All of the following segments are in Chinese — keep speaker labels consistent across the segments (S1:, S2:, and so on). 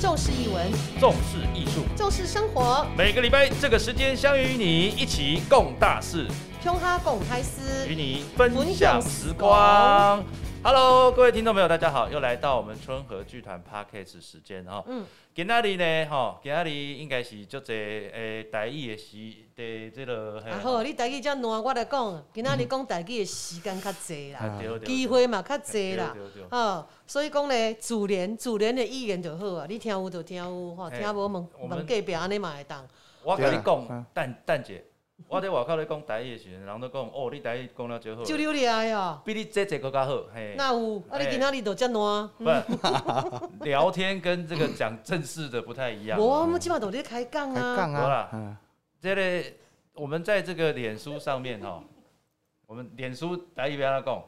S1: 就是译文，
S2: 重视艺术，
S1: 就是生活，
S2: 每个礼拜这个时间相与你一起共大事，
S1: 胸哈共开思
S2: 与。你分享时光。Hello，各位听众朋友，大家好，又来到我们春和剧团 Podcast 时间哈。
S1: 嗯，
S2: 今仔日呢，吼，今仔日应该是足侪诶台语的时的这个，嘿
S1: 啊好，你台语遮烂，我来讲，今仔日讲台语的时间较济啦，
S2: 啊对对对
S1: 机会嘛较济啦
S2: 对对对，
S1: 哦，所以讲咧，自然自然的语言就好啊，你听有就听有，吼，
S2: 嘿
S1: 听无问
S2: 我们
S1: 问隔壁安尼嘛会当，
S2: 我跟你
S3: 对啊
S2: 讲
S3: 啊，
S2: 蛋蛋姐，我在外口咧讲台语的时阵，人都讲哦，你台语讲了最好，
S1: 就流利啊哟，
S2: 比你姐姐更加好，嘿。
S1: 那有，啊你
S2: 嘿
S1: 今仔日就遮烂。
S2: 不， 聊天跟这个讲正式的不太一样。
S1: 无啊，我们即码都咧开讲
S3: 开
S1: 啊，
S3: 杠
S2: 好
S3: 啊
S2: 啦，
S3: 嗯，
S2: 这个我们在这个脸书上面哈，我们脸书台语不要讲，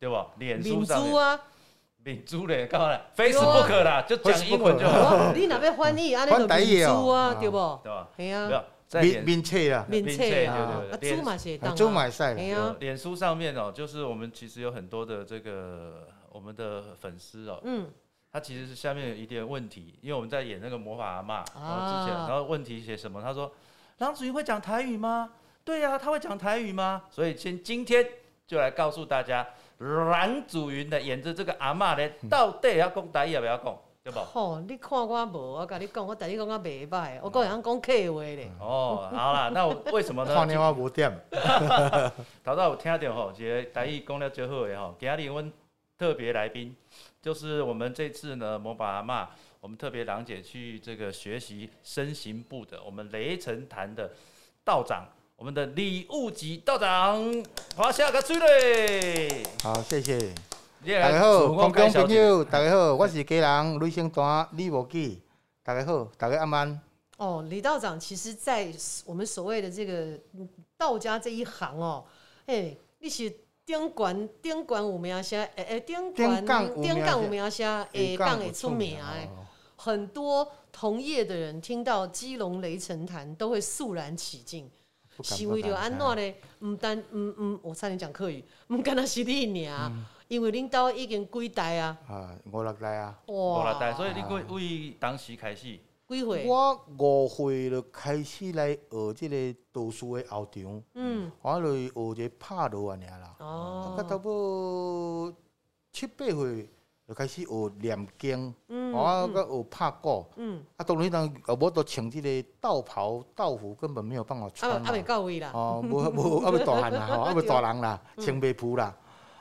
S2: 对吧？脸书哦
S1: 民
S2: 上
S1: 主
S2: 面，
S1: 啊，
S2: 脸书嘞，干嘛嘞？Facebook 啦，就讲英文就好，
S1: 无哦你若要翻译，安尼就
S3: 翻台语
S1: 民
S3: 哦
S1: 主啊，
S3: 啊
S1: 对无？
S2: 对吧？
S1: 系
S2: 没
S1: 啊，
S2: 有，在
S3: 面
S2: 脸
S3: 面切啦，
S1: 面册啊，啊
S2: 对对对
S1: 猪嘛是会当啊，
S3: 就买晒
S1: 嘿
S3: 了，
S1: 啊，
S2: 脸书上面哦，就是我们其实有很多的这个我们的粉丝哦，
S1: 嗯，
S2: 他其实是下面有一点问题，因为我们在演那个魔法阿嬷，然后之前，
S1: 啊
S2: 然后问题写什么？他说：“郎子云会讲台语吗？”对呀、他会讲台语吗？所以先今天就来告诉大家，郎祖云的演着这个阿嬷呢，到底要讲台语要不要讲，对不？
S1: 吼，你看我无，我甲你讲，我台语讲啊袂歹，我讲会晓讲客话咧，
S2: 哦，好啦，那我为什么呢？
S3: 看电话无点，
S2: 头早有听到吼，一个台语讲了最好的吼，今日阮特别来宾就是我们这次呢魔法阿嬷，我们特别郎姐去这个学习身形部的，我们雷城坛的道长，我们的礼物级道长华夏个水嘞，
S3: 好，谢谢。
S2: 你也
S3: 大
S2: 来
S3: 家好，
S2: 自我
S3: 观
S2: 介
S3: 众
S2: 绍一
S3: 朋
S2: 下
S3: 友，大家好，我是家人雷声大李无忌，大家好，大家晚安。
S1: 哦，李道长，其实，在我们所谓的这个道家这一行哦，嘿，你是顶管顶管有名声，诶诶，顶管
S3: 顶杠有名声
S1: 顶杠有名声，下杠会出名诶。
S3: 哦
S1: 很多同业的人听到基隆雷神坛都会肃然起敬，
S3: 不敢
S1: 是为
S3: 不
S1: 了
S3: 敢
S1: 安怎呢？唔单唔唔，我差点讲客语，唔干那是你尔，因为恁兜已经几代啊，
S3: 啊，五六代啊，
S2: 我
S1: 哇，
S2: 啦，但所以你为为当时开始，
S1: 几岁？
S3: 我五岁就开始来学即个道士的后场，
S1: 嗯，
S3: 我就学一个拍锣啊，尔啦。啊，到
S1: 哦，
S3: 尾七八岁就开始学念经，我搁学拍鼓。
S1: 嗯，
S3: 啊，当然人啊，无都穿即个道袍、道服，根本没有办法
S1: 啊
S3: 穿
S1: 啊未
S3: 嘛。
S1: 到位啦，
S3: 哦，无无 啊，要大 汉啦，吼，啊，要大人啦，穿袂铺啦。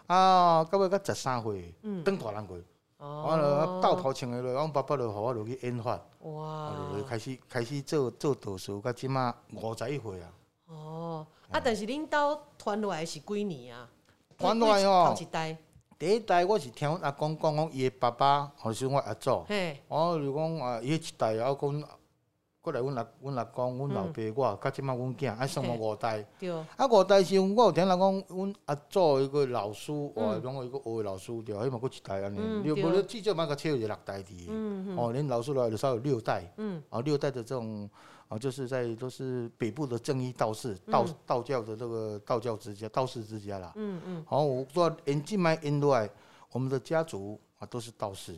S3: 啊，到尾到十三岁
S1: 嗯，
S3: 当大人过，我
S1: 哦
S3: 了，道袍穿个落，我爸爸就互我落去演法，啊，就
S1: 哇，
S3: 开始开始做做道士，到即满五十一岁啊。
S1: 哦，啊，但是恁兜传落来是几年啊？
S3: 传落来哦
S1: 头一代，
S3: 第一代我是听阮阿公讲讲，伊的爸爸，或是我阿祖。
S1: 嘿，
S3: 我就讲啊，伊迄一代啊，我讲，过来阮阿阮阿公、阮老爸，我甲即摆阮囝，啊，算我
S1: 嗯嘿
S3: 五代。
S1: 对，
S3: 啊，五代时，我有听人讲，阮阿祖迄个老师，哇，讲伊个学的老师对，迄嘛佫一代安尼，
S1: 嗯
S3: 你
S1: 对
S3: 无你至少嘛甲切有一个六代伫的。
S1: 嗯
S3: 哦，恁老师来就少有六代，
S1: 嗯，
S3: 啊，六代的这种啊，就是在都是北部的正一道士、道
S1: 嗯
S3: 道教的这个道教之家、道士之家啦。
S1: 嗯嗯，
S3: 好，我做引进来引落来，我们的家族啊都是道士。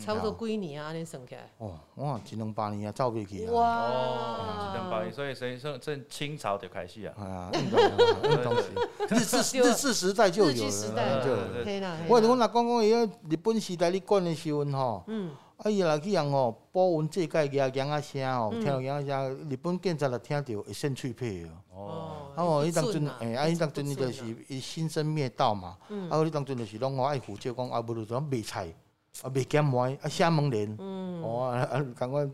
S1: 差不多几年啊，安尼算起来，
S3: 哦，我一两百年啊，走袂去啊！
S2: 哦，真
S1: 哇
S2: 棒，，所以所以从从清朝就开始啊，
S3: 啊，运动啊，运动是 日治日治时代就
S1: 日
S3: 有
S1: 据
S3: 了，
S1: 时代
S3: 嗯就有
S2: 对
S3: 了。
S1: 嘿啦，嘿啦
S3: 我阮阿公讲，伊迄日本时代咧管的时阵吼，
S1: 嗯，
S3: 啊伊若去人吼，保温世界举tiếng 啊声吼，听到tiếng 啊声，日本警察若听到会生气屁哦。
S2: 哦，
S3: 啊哦，
S1: 你
S3: 迄当阵，
S1: 哎，
S3: 诶，啊，迄当阵伊
S1: 你
S3: 就是伊心生灭道嘛，啊，迄当阵就是拢我爱负责讲，啊，无就讲卖菜，啊，卖咸糜，啊，写门帘，哦，啊啊，感觉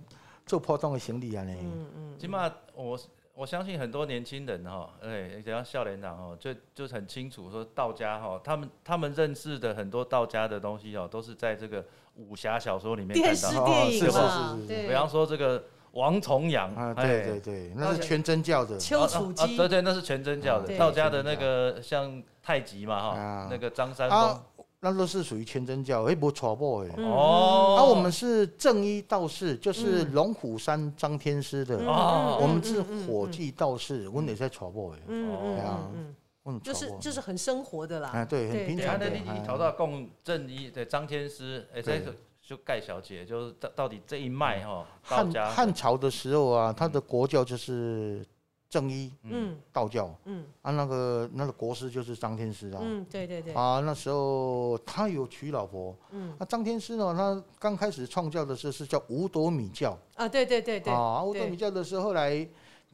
S3: 做普通的生理安尼，
S1: 嗯
S2: 起码我我相信很多年轻人哈，哎，只要笑脸长哦，就就很清楚说道家哈，他们他们认识的很多道家的东西哦，都是在这个武侠小说里面
S1: 电
S2: 看
S1: 视
S2: 到的。
S1: 电影嘛
S3: 哦是是是，是
S2: 比
S1: 对，
S2: 方说这个王重阳
S3: 啊，
S2: 哎
S3: 对对对，那是全真教的，
S1: 丘处
S2: 啊啊
S1: 机，
S2: 对对，那是全真教
S1: 对
S2: 的，道家的那个像太极嘛哈
S3: 啊，
S2: 那个张三丰
S3: 啊，那都是属于全真教，迄无错某
S1: 嗯
S3: 的。
S2: 哦，
S3: 啊，我们是正一道士，就是
S1: 嗯
S3: 龙虎山张天师的。
S2: 哦
S3: 我们是火祭道士，我们也在错某的，
S1: 嗯嗯嗯嗯，
S3: 我们
S1: 就是
S3: 娶某的
S1: 就是很生活的啦，
S3: 啊，对，很平
S1: 对
S2: 他
S3: 常
S2: 那
S3: 的
S2: 你。你
S3: 啊
S2: 调到共正一的张天师，哎，这
S3: 对
S2: 就盖小姐，就是到到底这一脉哈，道
S3: 汉
S2: 家
S3: 汉朝的时候啊，他的国教就是正一
S1: 嗯
S3: 道教
S1: 嗯
S3: 啊，那个那个国师就是张天师啊。
S1: 嗯，对对对，
S3: 啊，那时候他有娶老婆。
S1: 嗯
S3: 那张天师呢，他刚开始创教的时候是叫五斗米教
S1: 啊，对对对对，
S3: 啊，五
S1: 对
S3: 斗米教的时候，后来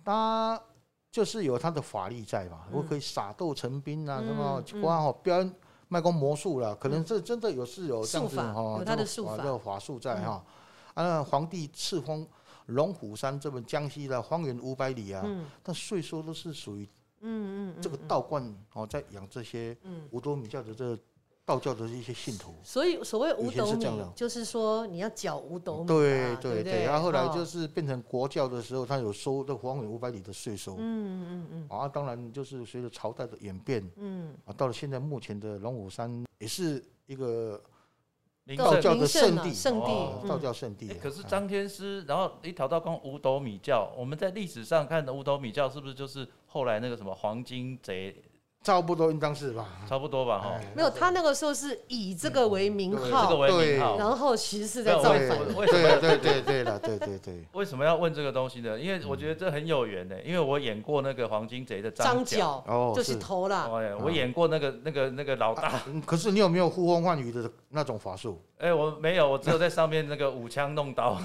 S3: 他就是有他的法力在嘛，我可以撒豆成兵啊，
S1: 嗯
S3: 什么
S1: 嗯
S3: 光哦表演卖光魔术啦，可能这真的有是有这样子
S1: 术法
S3: 哈，
S1: 有他的
S3: 这个
S1: 术法嗯
S3: 啊这个法术在哈。啊，那皇帝赐封龙虎山这本江西的方圆五百里啊，
S1: 嗯
S3: 但税收都是属于
S1: 嗯嗯，
S3: 这个
S1: 嗯
S3: 道观哦，在养这些
S1: 嗯
S3: 五斗米教的这个道教的一些信徒。
S1: 所以所谓五
S3: 以前
S1: 斗
S3: 是
S1: 米
S3: 这样的，
S1: 就是说你要缴五斗米啊，
S3: 对
S1: 对不
S3: 对然后后来就
S1: 哦
S3: 是变成国教的时候，他有收这个黄远五百里的税收、
S1: 嗯嗯嗯
S3: 啊。当然，就是随着朝代的演变
S1: 嗯
S3: 啊，到了现在目前的龙虎山也是一个
S2: 名
S1: 道
S3: 道
S2: 胜
S3: 教的
S1: 名胜
S3: 圣
S1: 啊
S3: 地，
S1: 圣
S2: 地
S3: 哦
S1: 嗯
S3: 道教圣地
S2: 欸
S3: 啊。
S2: 可是
S3: 啊
S2: 张天师，然后一条道光五斗米教，我们在历史上看的五斗米教是不是就是后来那个什么黄金贼，
S3: 差不多应当是吧？
S2: 差不多吧？哈、
S3: 哎
S1: 嗯，没有，他那个时候是以这个为名
S3: 嗯对
S2: 这个
S1: 号，
S2: 为名
S3: 对
S2: 号。
S1: 哦然后其实是在
S2: 没有
S1: 造
S2: 我也
S1: 反
S2: 我
S1: 的，
S2: 为什么
S3: 对对对对了，对对对。
S2: 为什么要问这个东西呢？因为我觉得这很有缘呢、因为我演过那个黄金贼的
S1: 张
S2: 角，
S1: 角
S3: 哦，
S1: 就是头啦，
S2: 哎，我演过那个那个那个老 大，
S3: 啊嗯可是你有没有呼风唤雨的那种法术？
S2: 哎、我没有，我只有在上面那个舞枪弄刀，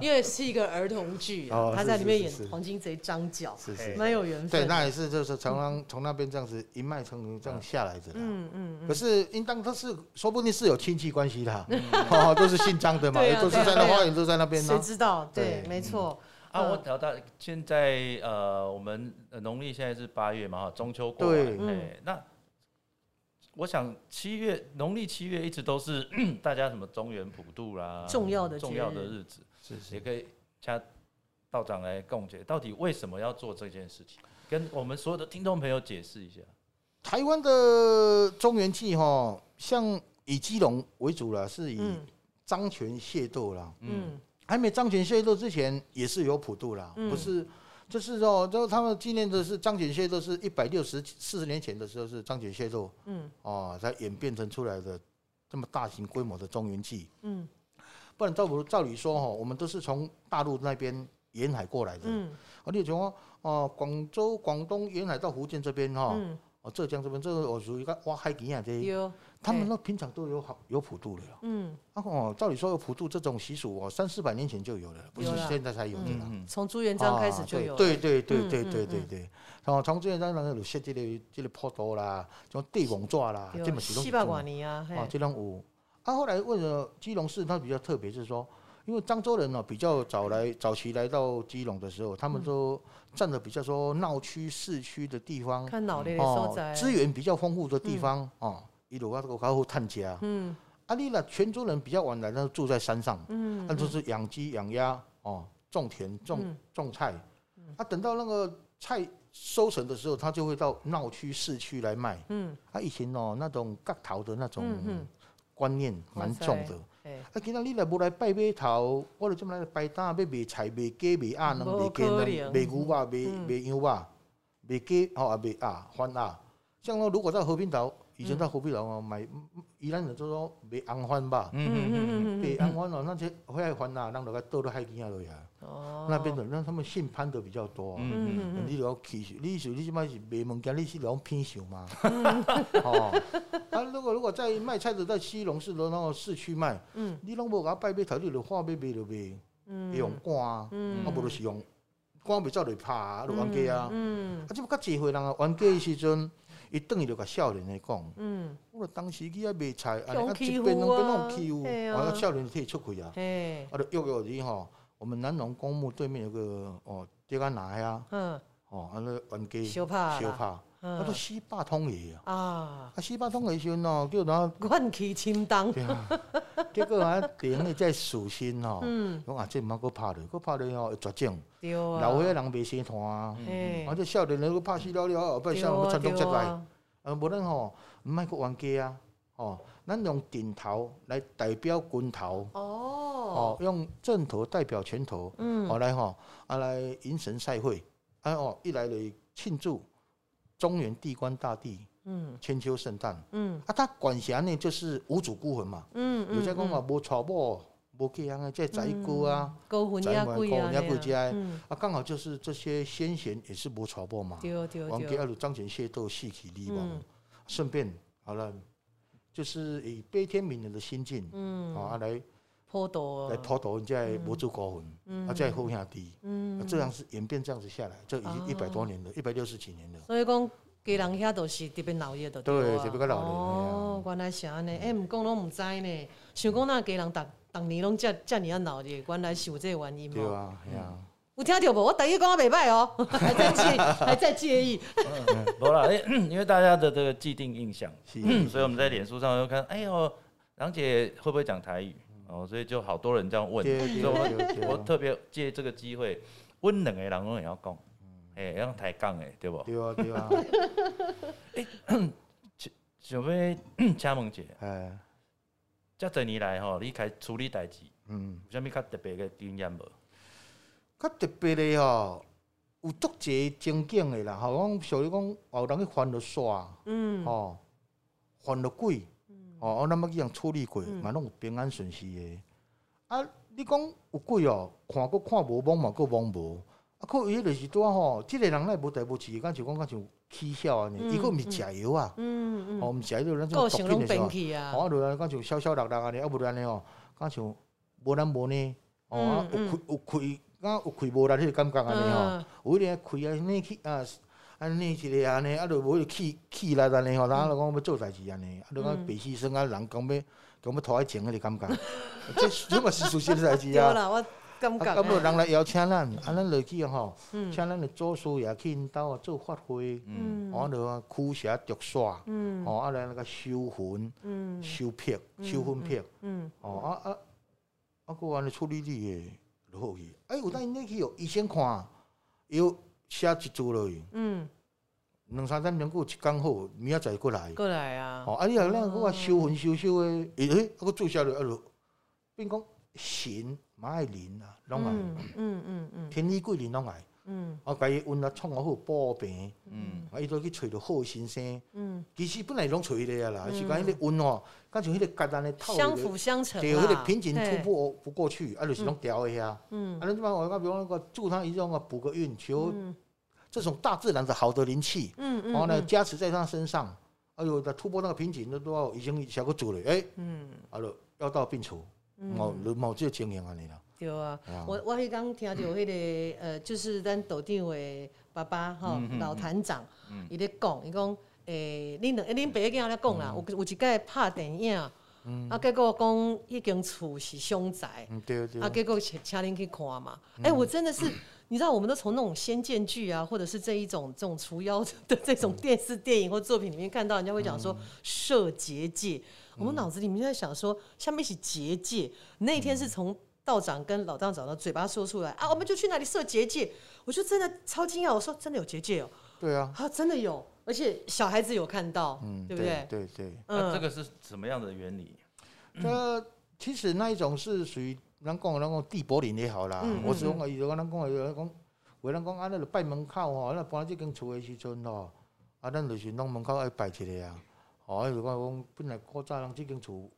S1: 因为是一个儿童剧啊
S3: 哦，
S1: 他
S3: 是
S1: 在里面
S3: 是
S1: 演
S3: 是是
S1: 黄金贼张角，
S3: 是
S2: 是
S1: 蛮有 缘
S3: 对，
S1: 分的。
S3: 那也是就是从那从那边这样子一脉成这样下来的啦。
S1: 嗯嗯
S3: 可是应当他是说不定是有亲戚关系的啊， 哦，都是姓张的嘛，
S1: 对啊
S3: 都是在
S1: 对
S3: 那
S1: 啊
S3: 花园，都在那边
S1: 嗯，谁
S3: 呢。
S1: 知道？对
S3: 对，
S1: 没错。
S2: 啊，
S1: 嗯
S2: 我聊到现在呃，我们呃农历现在是八月嘛，哈，中秋过
S3: 对
S1: 嗯
S2: 完，哎，那我想七月农历七月一直都是 大家什么中原普渡啦，
S1: 重要的节
S2: 重要的
S1: 日
S2: 日子，
S3: 是
S2: 也可以加道长来共解，到底为什么要做这件事情，跟我们所有的听众朋友解释一下。
S3: 台湾的中原祭哈，像以基隆为主了，是以
S1: 嗯
S3: 张权械斗啦。
S1: 嗯
S3: 还没张权械斗之前，也是有普渡啦，
S1: 嗯
S3: 不是。就是哦，就他们纪念的是张权械斗，是一百六十四十年前的时候是张权械斗
S1: 嗯
S3: 哦，才演变成出来的这么大型规模的中原祭。
S1: 嗯
S3: 不然照不照理说哈，我们都是从大陆那边沿海过来的，
S1: 嗯
S3: 啊，例如从哦呃广州、广东沿海到福建这边哈，
S1: 嗯，
S3: 哦浙江这边，这个我属于个挖海吉啊这些，
S1: 有
S3: 他们那平常都有好有普渡了。
S1: 嗯，
S3: 啊哦，照理说有普渡这种习俗哦，三四百年前就有了，不是
S1: 有啦
S3: 现在才有的啦。
S2: 嗯
S1: 从朱元璋开始
S3: 啊
S1: 就有了。
S3: 对对对
S1: 嗯
S3: 对
S1: 嗯
S3: 对对
S1: 嗯
S3: 对，然后从这那个有设计的这个坡道啦，种地网纸啦，
S1: 有
S3: 这么是
S1: 西
S3: 拢
S1: 坝
S3: 有
S1: 瓦尼啊，嘿
S3: 啊，这种有。啊，后来为什么基隆市它比较特别？是说，因为漳州人呢、比较早来，早期来到基隆的时候，他们都占的比较说闹区、市区的地方，
S1: 看脑袋的所在。
S3: 资哦源比较丰富的地方哦，一路啊，这个靠后探家。
S1: 嗯
S3: 啊，你呢，泉州人比较晚来，那住在山上，
S1: 嗯
S3: 那、就是养鸡、养鸭哦，种田、种
S1: 嗯
S3: 种菜。啊，等到那个菜收成的时候，他就会到闹区、市区来卖。
S1: 嗯，
S3: 啊，以前哦，那种割头的那种
S1: 嗯嗯
S3: 观念蛮重的。
S1: 哎，
S3: 啊，今仔你若无来拜码头，我就这么来拜担，要卖菜、卖鸡、卖鸭卵、
S1: 无
S3: 卖鸡
S1: 可
S3: 卵、
S1: 能
S3: 卖牛肉、卖
S1: 嗯
S3: 卖羊肉、卖鸡吼啊卖鸭、番鸭。像我如果到和平岛，以前到和平岛哦买，宜兰人就说卖红番吧，
S2: 嗯嗯嗯，
S3: 卖红番哦，那些海番鸭，咱就该倒到海边啊落去啊。
S1: 哦，
S3: 那边的让他们姓潘的比较多啊。
S2: 嗯
S1: 嗯嗯
S3: 你就要起，你是你即摆是卖物件，你是讲偏想 嘛？哦，啊，如果如果在卖菜的在西龙市的那个市区卖，
S1: 嗯
S3: 你拢无甲拜码头，你就话要卖就卖，
S1: 嗯
S3: 用杆啊，
S1: 嗯
S3: 啊无就是用杆袂走就拍啊，就冤家啊。
S1: 嗯
S3: 啊，即较济岁人啊，冤家的时阵，伊转去就甲少年的讲，
S1: 嗯，
S3: 我当时去啊卖菜，
S1: 用
S3: 啊，
S1: 欺
S3: 这边
S1: 负
S3: 拢
S1: 啊
S3: 边拢欺负，
S1: 嘿啊
S3: 啊，少年就替伊出去啊，
S1: 哎，
S3: 啊，就约约你吼，我们南农公墓对面有个哦，这个哪呀？
S1: 嗯
S3: 哦，啊，咧冤家
S1: 相拍
S3: 相
S1: 啦
S3: 拍，啊，
S1: 嗯
S3: 都四百通个啊，
S1: 啊，
S3: 啊，四百通个时阵哦，叫 哪？
S1: 怨气清当，
S3: 对啊，结果啊，顶个在死心哦，
S1: 嗯，
S3: 讲啊，这毋通搁拍落，搁拍落哦会绝症，
S1: 对啊，
S3: 老岁仔人袂生摊啊，
S2: 嗯
S1: 哎
S3: 啊，，这少年人搁拍死了了，后摆
S1: 对
S3: 少年要
S1: 啊
S3: 传宗接
S1: 对
S3: 代，
S1: 啊，
S3: 啊，无咱吼，毋爱搁冤家啊，哦，咱用顶头来代表拳头，
S1: 哦，
S3: 哦，用正头代表拳头，
S1: 嗯
S3: 好、来吼，啊来迎神赛会，啊哦，一来来庆祝中原地官大帝嗯，千秋圣诞，
S1: 嗯，
S3: 啊，他管辖呢就是无主孤魂嘛，
S1: 嗯
S3: 有在讲话无娶某，无嫁人的这在哥啊，
S1: 高魂
S3: 宅
S1: 压
S3: 门
S1: 贵
S3: 高
S1: 啊，
S3: 魂也贵
S1: 这样
S3: 这
S1: 嗯，
S3: 啊，刚好就是这些先贤也是无娶某嘛，
S1: 对对
S3: 王
S1: 对
S3: 家，二路彰显械斗戏体力嘛
S1: 嗯，
S3: 顺便好了，就是以悲天悯人的心境，
S1: 嗯，
S3: 啊，来
S1: 颇多
S3: 来讨讨人家的无主孤魂，
S1: 嗯
S3: 啊，再后下低，
S1: 嗯哦
S3: 啊，这样是演变这样子下来，这已经一百多年了，一百六十几年了。
S1: 所以讲，家人遐都是特别闹热的，
S3: 对
S1: 啊
S3: 特别较闹热啊嗯
S1: 哦，原来是安尼，哎，毋讲拢毋知呢，想讲那家人逐逐年拢遮遮尔啊闹热，原来是有这个原因
S3: 对
S1: 哦。
S3: 啊，系啊，
S1: 有听到无？我第一讲啊，袂歹 哦，还在介意，还在介意。
S2: 不啦，哎嗯因为因为大家的这个既定印象，嗯
S3: 是
S2: 所以我们在脸书上就看，哎呦，郎姐会不会讲台语？
S3: 嗯
S2: 哦，所以就好多人这样问，
S3: 对
S2: 所以我
S3: 对对
S2: 我
S3: 对，
S2: 特别借这个机会，温冷的人拢也要讲，哎、要抬杠的，对不？
S3: 嗯对啊对啊，
S2: 想要嗯请问姐，
S3: 哎，
S2: 这多年来吼，你开始处理代志，
S3: 嗯，
S2: 有啥物较特别的经验无？
S3: 较特别的吼，有足侪情景的啦，吼，讲像你讲，有人去犯了煞，
S1: 嗯，
S3: 吼，犯了鬼，哦，我那么去人处理过，
S1: 嗯
S3: 嘛拢有平安顺遂的。啊，你讲有鬼哦，看过看无，摸嘛过摸无。啊，可伊就是拄啊吼，即个人来无代无志，敢像讲敢像起痟安尼，
S1: 嗯
S3: 伊佫毋是食药啊，
S1: 嗯
S3: 吼，
S1: 嗯，
S3: 毋是食药，咱
S1: 个
S3: 种毒
S1: 性
S3: 品
S1: 拢
S3: 的时
S1: 变
S3: 候。
S1: 去啊。
S3: 吼，啊，就安尼，敢像消消落落安尼，啊，无就安尼哦，敢像无咱无呢，哦，啊有
S1: 嗯
S3: 开有开，敢有开无力迄个感觉哦安尼吼，
S1: 嗯
S3: 有咧开啊，安尼去啊，安尼一个安尼，啊，就无迄个气气力安
S1: 嗯
S3: 尼吼，人就讲要做代志安尼，啊，就讲白牺牲啊，人讲要讲要拖爱情迄个 感觉，这这嘛是事实的代志
S1: 嗯对
S3: 啊。
S1: 啦，我感
S3: 啊，咁就
S1: 觉。
S3: 人来邀请咱，啊，咱落去吼，
S1: 嗯
S3: 请咱的祖师爷去因兜啊做法会，
S1: 嗯
S3: 哦，就啊驱邪逐煞，
S1: 嗯
S3: 哦，啊，来那个收魂。
S1: 嗯
S3: 收票、收分票，
S1: 嗯
S3: 哦啊啊，啊个安尼处理你的就好去。哎，有当你去哦，医生看，伊有写一注落去，
S1: 嗯，
S3: 两三点钟过一工好，明仔载过来。
S1: 过来啊。
S3: 哦，啊你若咱个话收分收收的，伊哎，啊个注射落啊就，变讲神嘛爱灵啊，拢爱，
S1: 嗯嗯嗯嗯
S3: 天理鬼灵拢爱。
S1: 嗯
S3: 啊，家己温啊创啊好补病，
S2: 嗯，
S3: 啊伊都去找着好先生。
S1: 嗯，
S3: 其实本来拢找迄个啊啦，是讲迄个温哦，敢像迄个甲咱的透
S1: 相辅相成。啊
S3: 对，迄个瓶颈突。破不过去，啊，就是拢调一下。
S1: 嗯
S3: 啊，咱即摆我讲，比如讲那个助他一种啊，补个运，求
S1: 嗯
S3: 这种大自然的好的灵气，
S1: 嗯
S3: 然后呢
S1: 嗯
S3: 加持在他身上。哎呦，他突破那个瓶颈，那都要已经小个主了，哎，
S1: 嗯
S3: 啊，就药到病除，某
S1: 嗯，
S3: 某这个情形安尼啦。
S1: 对啊。
S3: 哎呀
S1: 我我迄刚听到迄、个呃，就是咱斗长的爸爸吼、
S2: 嗯嗯嗯
S1: 老坛长
S2: 嗯，
S1: 伊咧讲，伊讲诶，恁两恁爸囝咧讲
S3: 嗯
S1: 啦，有有一届拍电影，啊，结果讲迄间厝是凶宅，
S3: 嗯，对对
S1: 啊，。结果请请恁去看嘛。哎、我真的是，你知道，我们都从那种仙剑剧啊，或者是这一种这种除妖的 这种电视电影或作品里面看到，人家会讲说
S3: 嗯
S1: 设结界。我们脑子里面就在想说，下面是结界。那一天
S3: 嗯
S1: 是从道长跟老道长的嘴巴说出来啊，我们就去哪里设结界。我就真的超惊讶，我说真的有结界哦，
S3: 对啊，
S1: 啊，真的有，而且小孩子有看到，
S3: 嗯，
S1: 对不对？
S3: 对对。
S2: 那、
S1: 嗯
S2: 啊这个是什么样的原理？
S3: 这其实那一种是属于咱讲的咱讲地柏林也好啦
S1: 嗯，
S3: 我只讲伊就讲咱讲的有人讲，有人讲啊，咱就拜门口吼，咱搬即间厝的时阵吼，啊，咱就是拢门口爱拜一个啊，吼，啊就讲讲本来古早人即间厝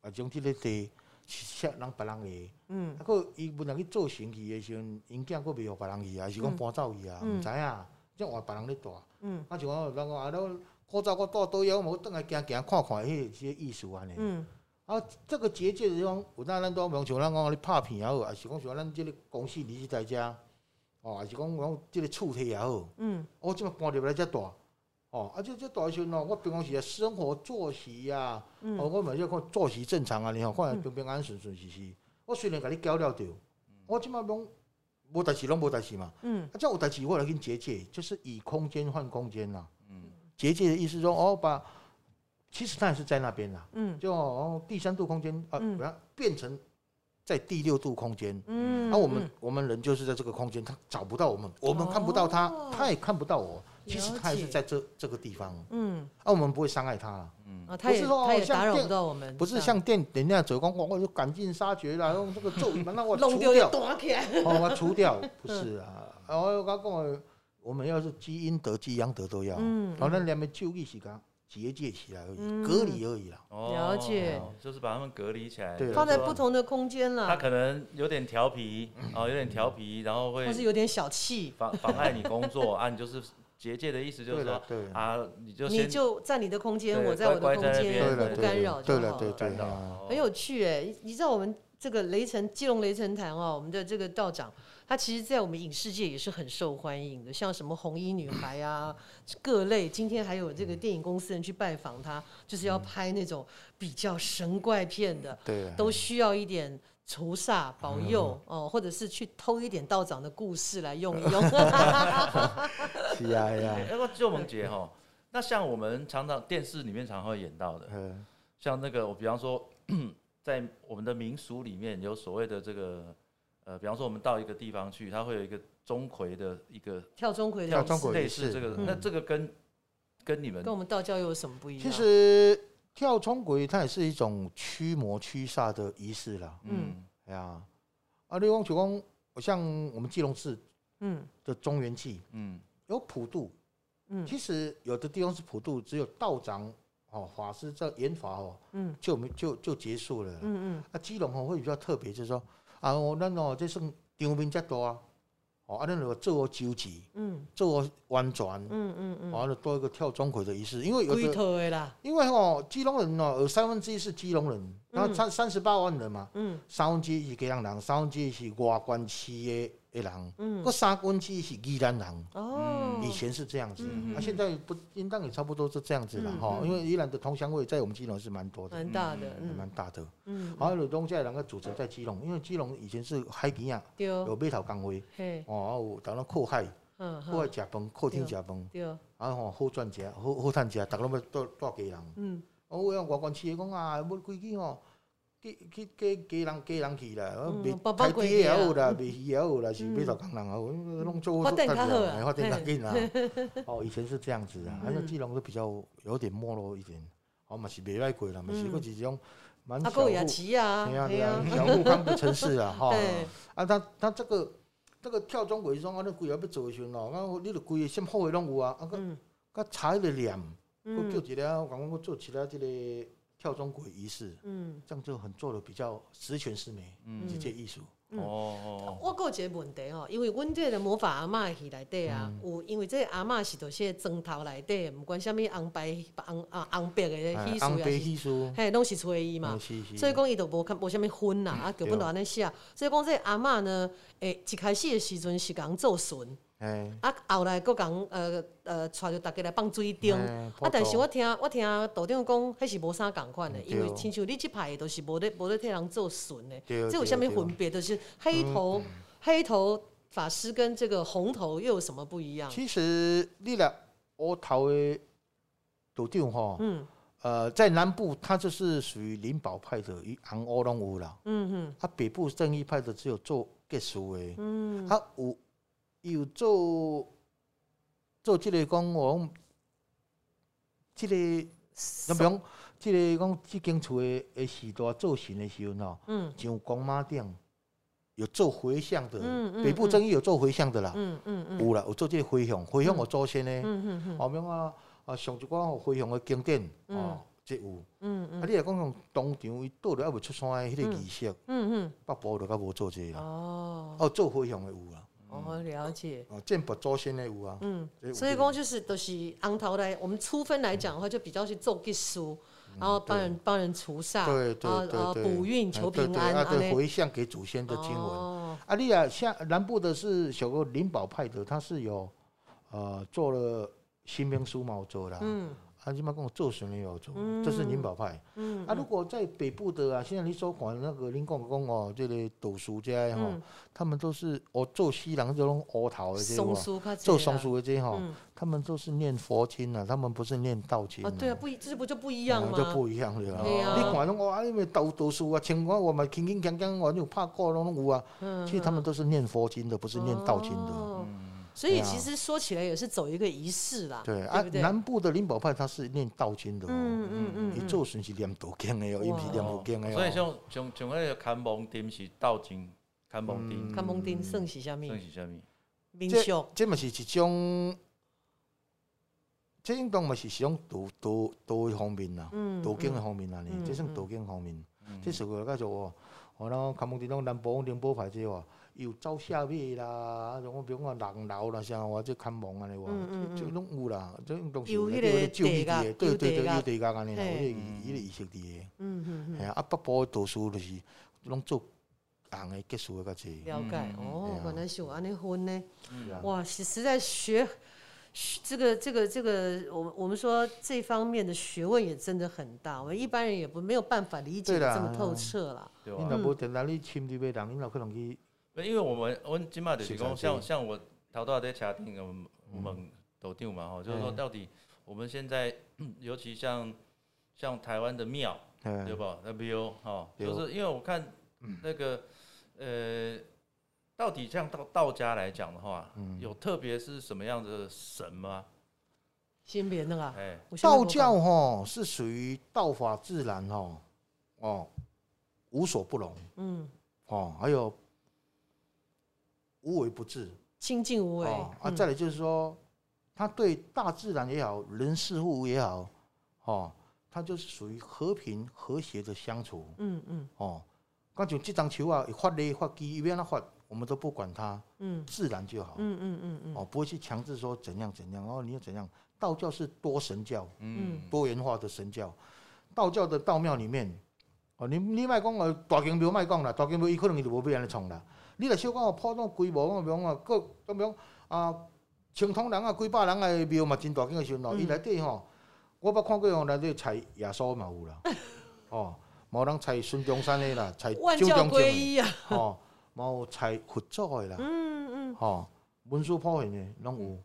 S3: 啊，种即个地是借人别人的，
S1: 嗯
S3: 啊，佫伊本来去做生意的时阵，因囝佫袂互别人去啊，还是讲
S1: 嗯
S3: 搬走去啊，
S1: 嗯
S3: 毋知啊，即换别人咧住。
S1: 嗯
S3: 啊，就讲人讲啊，咱古早我住倒位，我无倒来行行看看，迄个意思安尼。
S1: 嗯
S3: 啊，这个结界就是讲，有当咱都讲像咱讲咧拍片也好，还是讲像咱即个公司离职在遮，哦，还是讲讲即个厝体也好，
S1: 嗯
S3: 我即摆搬入来遮大，哦，啊，即遮大的时阵哦，我平常时啊生活作息啊，哦，
S1: 嗯
S3: 我嘛要看作息正常啊，你吼，看
S1: 嗯
S3: 平平安安顺顺时时。我虽然甲你交了着，我即摆拢无代志，拢无代志嘛。
S1: 嗯
S3: 啊，即有代志我来跟结界，就是以空间换空间啦、
S2: 嗯
S3: 结界的意思说，哦，把其实它也是在那边啦、
S1: 嗯
S3: 就哦第三度空间啊，
S1: 嗯
S3: 把它变成在第六度空间。
S1: 嗯，
S3: 啊那、我们我们人就是在这个空间，他找不到我们，我们看不到他，
S1: 哦
S3: 他也看不到我。其实
S1: 了
S3: 他也是
S1: 解
S3: 在这这个地方，
S1: 嗯。
S3: 啊，我们不会伤害他啦，
S2: 嗯
S1: 啊，他
S3: 不
S1: 也
S3: 是说哦
S1: 他也
S3: 像
S1: 打扰
S3: 电
S1: 不到我们，
S3: 不是
S1: 这样
S3: 像电人家走光光，我就赶尽杀绝 啦，用这个咒语把那我除
S1: 弄丢就
S3: 掉，
S1: 躲起来。
S3: 哦，我除掉， 不是啊，啊，我刚讲的，我们要是积阴德、积阳德都要，
S1: 嗯
S3: 好，咱两边就义是讲，结界起来而已，隔离而已啦。
S2: 哦
S1: 了解，
S2: 就是把他们隔离起来，
S3: 对
S1: 放在
S2: 就是
S1: 不
S2: 说
S1: 同的空间
S2: 他
S1: 啦，
S2: 可能有点调皮，
S3: 嗯
S2: 哦，有点调皮，然后会
S1: 或是有点小气，
S2: 妨妨碍你工 作啊，你就是结界的意思，就是
S3: 对
S2: 说
S3: 了，对，
S2: 啊，你就
S1: 你
S2: 先
S1: 就在你的空间，
S2: 对
S1: 我在我的
S2: 乖
S1: 空
S2: 乖在那
S1: 间，
S2: 边了
S3: 对了，
S1: 不干扰就
S3: 对
S1: 好
S3: 了，对
S1: 了。
S2: 干
S3: 对
S2: 扰，
S3: 啊
S2: 哦
S1: 很有趣哎，你你知道我们这个雷神基隆雷神坛哦，我们的这个道长，他其实在我们影视界也是很受欢迎的，像什么红衣女孩啊，各类。今天还有这个电影公司人去拜访他，就是
S2: 嗯
S1: 要拍那种比较神怪片的，
S3: 对啊，
S1: 都需要一点除煞保佑
S3: 嗯
S1: 哦，或者是去偷一点道长的故事来用 一用。
S3: 是啊，哎
S2: 哎
S3: 呀，
S2: 那个就萌姐哈，那像我们常常电视里面常常会演到的，
S3: 嗯，
S2: 像那个我比方说， 在我们的民俗里面有所谓的这个，呃，比方说我们到一个地方去，它会有一个钟馗的一个
S1: 跳钟馗的
S3: 跳
S1: 意
S3: 钟
S1: 思
S3: 馗
S2: 类
S3: 仪
S2: 似
S3: 式
S2: 这个，
S1: 嗯
S2: 那这个跟跟你们
S1: 跟我们道教又有什么不一样？
S3: 其实
S1: 啊
S3: 跳钟馗它也是一种驱魔驱煞的仪式啦。
S2: 嗯
S3: 哎呀，啊，你讲就讲，像我们基隆市
S1: 嗯
S3: 的中原祭
S2: 嗯
S3: 有普渡，
S1: 嗯
S3: 其实有的地方是普渡，只有道长哦、法师在演法哦，
S1: 嗯
S3: 就没就就结束了啦。
S1: 嗯
S3: 啊，基隆哦会比较特别，就是说啊，我咱哦这算张兵较大啊，哦啊，咱如果做我周集，
S1: 嗯
S3: 做我完全，
S1: 嗯嗯嗯
S3: 完了多一个跳钟馗的仪式，因哦为有
S1: 嗯，龟
S3: 的
S1: 头的啦，
S3: 因为哦基隆人哦有三分之一是基隆人，然后三三十八万人嘛，
S1: 嗯
S3: 三分之一是基隆人，三分之一是外关区的的人，
S1: 嗯
S3: 个三分之一是宜兰人。
S1: 哦，
S3: 以前是这样子，
S1: 嗯
S3: 啊，现在不应当也差不多是这样子了
S1: 嗯
S3: 哈，
S1: 嗯
S3: 因为宜兰的同乡会在我们基隆是蛮多的，
S1: 蛮大的，
S3: 也蛮
S1: 嗯
S3: 大的。
S1: 嗯，
S3: 还有东在两个组织在基隆，因为基隆以前是海边啊，
S1: 丢
S3: 有码头工会，
S1: 嘿，
S3: 哦，啊有当然靠海，
S1: 嗯
S3: 靠
S1: 哼
S3: 海食饭，靠天食饭，
S1: 丢，
S3: 啊吼好赚食，好好趁食，逐个拢要带带家人。
S1: 嗯
S3: 哦，有外县市的讲啊，要规矩哦，去去去家人家人去啦，啊
S1: 嗯
S3: 卖
S1: 包包
S3: 海
S1: 过
S3: 底
S1: 去
S3: 也
S1: 啊
S3: 有啦，卖鱼也有啦，是
S1: 嗯
S3: 码头工人啊，我拢做
S1: 发展较好啊
S3: 哎发展较紧啦。
S1: 嘿
S3: 哦，以前是这样子啊，
S1: 嗯
S3: 而且基隆都比较有点没落一点，哦嘛是袂歹过啦，嘛是
S1: 嗯啊
S3: 个是一种蛮
S1: 阿
S3: 小
S1: 够
S3: 户，
S1: 雅琪啊，
S3: 对啊
S1: 嘿
S3: 对啊
S1: 啊，，
S3: 小户康的城市啊，哈。
S1: 对，
S3: 啊，他他这个这个跳钟鬼钟，啊，你规个要做的时阵哦，啊，你着规个什么好的拢有啊，啊，
S1: 嗯
S3: 佮佮踩个念，佮
S1: 嗯
S3: 叫一个，我讲我做一个这个跳钟鬼仪式，
S1: 嗯，
S3: 这样就很做的比较十全十美，
S2: 嗯
S3: 是这艺术。
S1: 嗯
S2: 哦哦
S1: 我还有一个问题吼，因为阮这个魔法阿嬷戏内底啊，
S3: 嗯
S1: 有因为这个阿嬷是就是砖头内底，毋管啥物红白红啊红白的
S3: 哎
S1: 戏
S3: 红
S1: 术
S3: 白
S1: 也是，
S3: 艺术，
S1: 嘿，拢是找伊嘛
S3: 嗯。是是。
S1: 所以讲，伊就无看无啥物分啦，啊，剧本就安尼写。所以讲，这个阿嬷呢，诶、一开始的时阵是共做巡，
S3: 哎，
S1: 啊，后来佫共呃呃，带着大家来放水灯。
S3: 哎
S1: 啊，但是我
S3: 普
S1: 听我听道长讲，迄是无啥共款的，
S3: 嗯
S1: 因为
S3: 对
S1: 亲像你即派的都是无咧无咧替人做巡的，
S3: 对哦
S1: 这有啥物
S3: 对嗯对
S1: 分别？就是黑头、黑头法师跟这个红头又有什么不一
S3: 渡
S1: 样？
S3: 其实你俩乌头的道长吼，
S1: 嗯
S3: 呃，在南部它就是属于灵宝派的，伊红乌拢有啦。
S1: 嗯
S3: 啊，北部正义派的只有做结束的，
S1: 嗯嗯
S3: 啊有有做做即个讲我讲，即个怎么讲？即个讲即间厝的的时代做神的时候吼，
S1: 嗯
S3: 上公妈店有做回向的，
S1: 嗯嗯
S3: 北部正义有做回向的啦，
S1: 嗯嗯嗯
S3: 有啦，有做即个回向，回向我祖先的，
S1: 嗯嗯
S3: 后面啊啊上一寡吼回向的经典，哦，即有。
S1: 嗯
S3: 啊，你若讲讲当场伊倒落还未出山的迄个
S1: 嗯
S3: 仪式，
S1: 嗯
S3: 北部就较无做
S1: 嗯
S3: 这个啦。
S1: 哦
S3: 哦，做回向的有啊，
S1: 哦了解。
S3: 哦，见佛祖先的有啊，
S1: 嗯
S3: 所以，我
S1: 所以
S3: 觉得
S1: 讲就是都是昂头来，我们粗分来讲的话，就比较去做技术，然后帮人帮人除煞，
S3: 嗯对对
S1: 然后然后
S3: 对对，
S1: 补运
S3: 哎
S1: 求
S3: 对
S1: 平
S3: 对
S1: 安
S3: 啊，
S1: 安
S3: 对，
S1: 内
S3: 回向给祖先的经文。
S1: 哦，
S3: 啊，你啊，像南部的是小个灵宝派的，他是有呃做了新兵书嘛，有做啦，
S1: 嗯
S3: 啊，起码跟我做神也有做，
S1: 嗯
S3: 这是灵宝派。
S1: 嗯
S3: 啊，如果在北部的啊，现在你所管那个林公公哦，这个斗叔家的吼
S1: 嗯，
S3: 他们都是哦做西人这种乌头的这
S1: 松
S3: 种，啊
S1: 树较济
S3: 做
S1: 啦
S3: 松树的哦这吼
S1: 嗯，
S3: 他们都是念佛经啊，他们不是念道经
S1: 啊，对啊，不一这不就不一
S3: 一
S1: 样吗？
S3: 嗯就不一样了啊。
S1: 对
S3: 你
S1: 啊，
S3: 看拢我啊，你咪斗斗数啊，像我我嘛轻轻强强，我有拍鼓拢有啊。
S1: 嗯
S3: 其实他们都是念佛经的，不是念道经的。
S1: 哦
S2: 嗯
S1: 所以
S3: 对啊
S1: 其实说起来也是走一个仪式啦，
S3: 对啊
S1: 对不，对？
S3: 南部的灵宝派他是念道经的哦，
S1: 嗯嗯嗯
S3: 伊
S1: 嗯，
S3: 做神是念道经的哦，伊毋是念佛经的哦。
S2: 所以像像像那个看蒙丁是道经，看蒙丁
S1: 看蒙丁
S3: 嗯
S1: 算是啥物
S2: 算？是什么？
S1: 民
S3: 这
S1: 俗
S3: 这嘛是一种这应当嘛是是讲道道道的方面啦，
S1: 嗯
S3: 道经的方面啦呢，
S1: 嗯
S3: 这算
S1: 嗯
S3: 道经方面。
S2: 嗯
S3: 这属于叫做哦，我那看门地种南部宁波牌子哦，有走下尾啦，啊种比如讲人流啦啥，或者看门安尼
S1: 嗯嗯
S3: 话，
S1: 嗯
S3: 这拢有啦，这拢是
S1: 有
S3: 啦
S1: 迄
S3: 这
S1: 个
S3: 有照
S1: 地
S3: 地
S1: 角
S3: 的，对
S1: 有
S3: 对
S1: 地
S3: 对，
S1: 角
S3: 有地价安尼啦，有
S1: 嘿
S3: 迄个迄个意识地的，
S1: 嗯嗯
S3: 嘿
S1: 嗯，
S3: 啊，啊北部的图书就是拢做红的结束的较济，
S1: 了解
S2: 嗯嗯嗯
S1: 哦
S3: 对，啊
S1: 原来是有安尼分呢。
S2: 嗯
S3: 是啊
S1: 哇，实实在学学这个这个这个，我们我们说这方面的学问也真的很大，我们一般人也不没有办法理解
S3: 对啊啦
S1: 得这么透彻啦。
S2: 对
S3: 你
S2: 吧？
S3: 若无电脑，你深入的人，你若可能去
S2: 因为我们我们今嘛就是讲，
S3: 是啊
S2: 像像我头到在车顶，我们我们斗丢嘛吼，就是说
S3: 嗯
S2: 到底我们现在，尤其像像台湾的庙，
S3: 嗯
S2: 对吧？那庙哈，
S3: 对
S2: 就是因为我看那个呃，到底像道道家来讲的话，
S3: 嗯
S2: 有特别是什么样的神吗？
S1: 先别那个啊，
S2: 哎，
S1: 我现在
S3: 道
S1: 不敢
S3: 教吼是属于道法自然吼，哦，无所不容。
S1: 嗯，
S3: 哦，还有无为不治
S1: 清净无为
S3: 哦啊，
S1: 嗯
S3: 再来就是说，他对大自然也好，人事物也好，哦，他就是属于和平和谐的相处
S1: 嗯嗯
S3: 哦。刚就这张球啊，会发力发机，一边那发，我们都不管它，
S1: 嗯
S3: 自然就好、
S1: 嗯嗯嗯嗯
S3: 哦，不会去强制说怎样怎样哦，你要怎样。道教是多神教，
S2: 嗯，
S3: 多元化的神教，道教的道庙里面，哦，你你莫讲哦，大金庙莫讲啦，大金庙伊可能伊就无要安尼创啦。你若小讲哦，普通规模，我讲哦，个咁样啊，清通人啊，几百人的庙嘛，真大间的时阵哦，
S1: 嗯
S3: 伊内底吼，我捌看过吼，内底采耶稣嘛有啦， 哦，冇人采孙中山的啦，采
S1: 嗯，万
S3: 周
S1: 教
S3: 中正
S1: 归
S3: 的，
S1: 一啊，
S3: 哦，冇采佛祖的啦，
S1: 嗯嗯，嗯
S3: 哦，文殊普贤的拢有。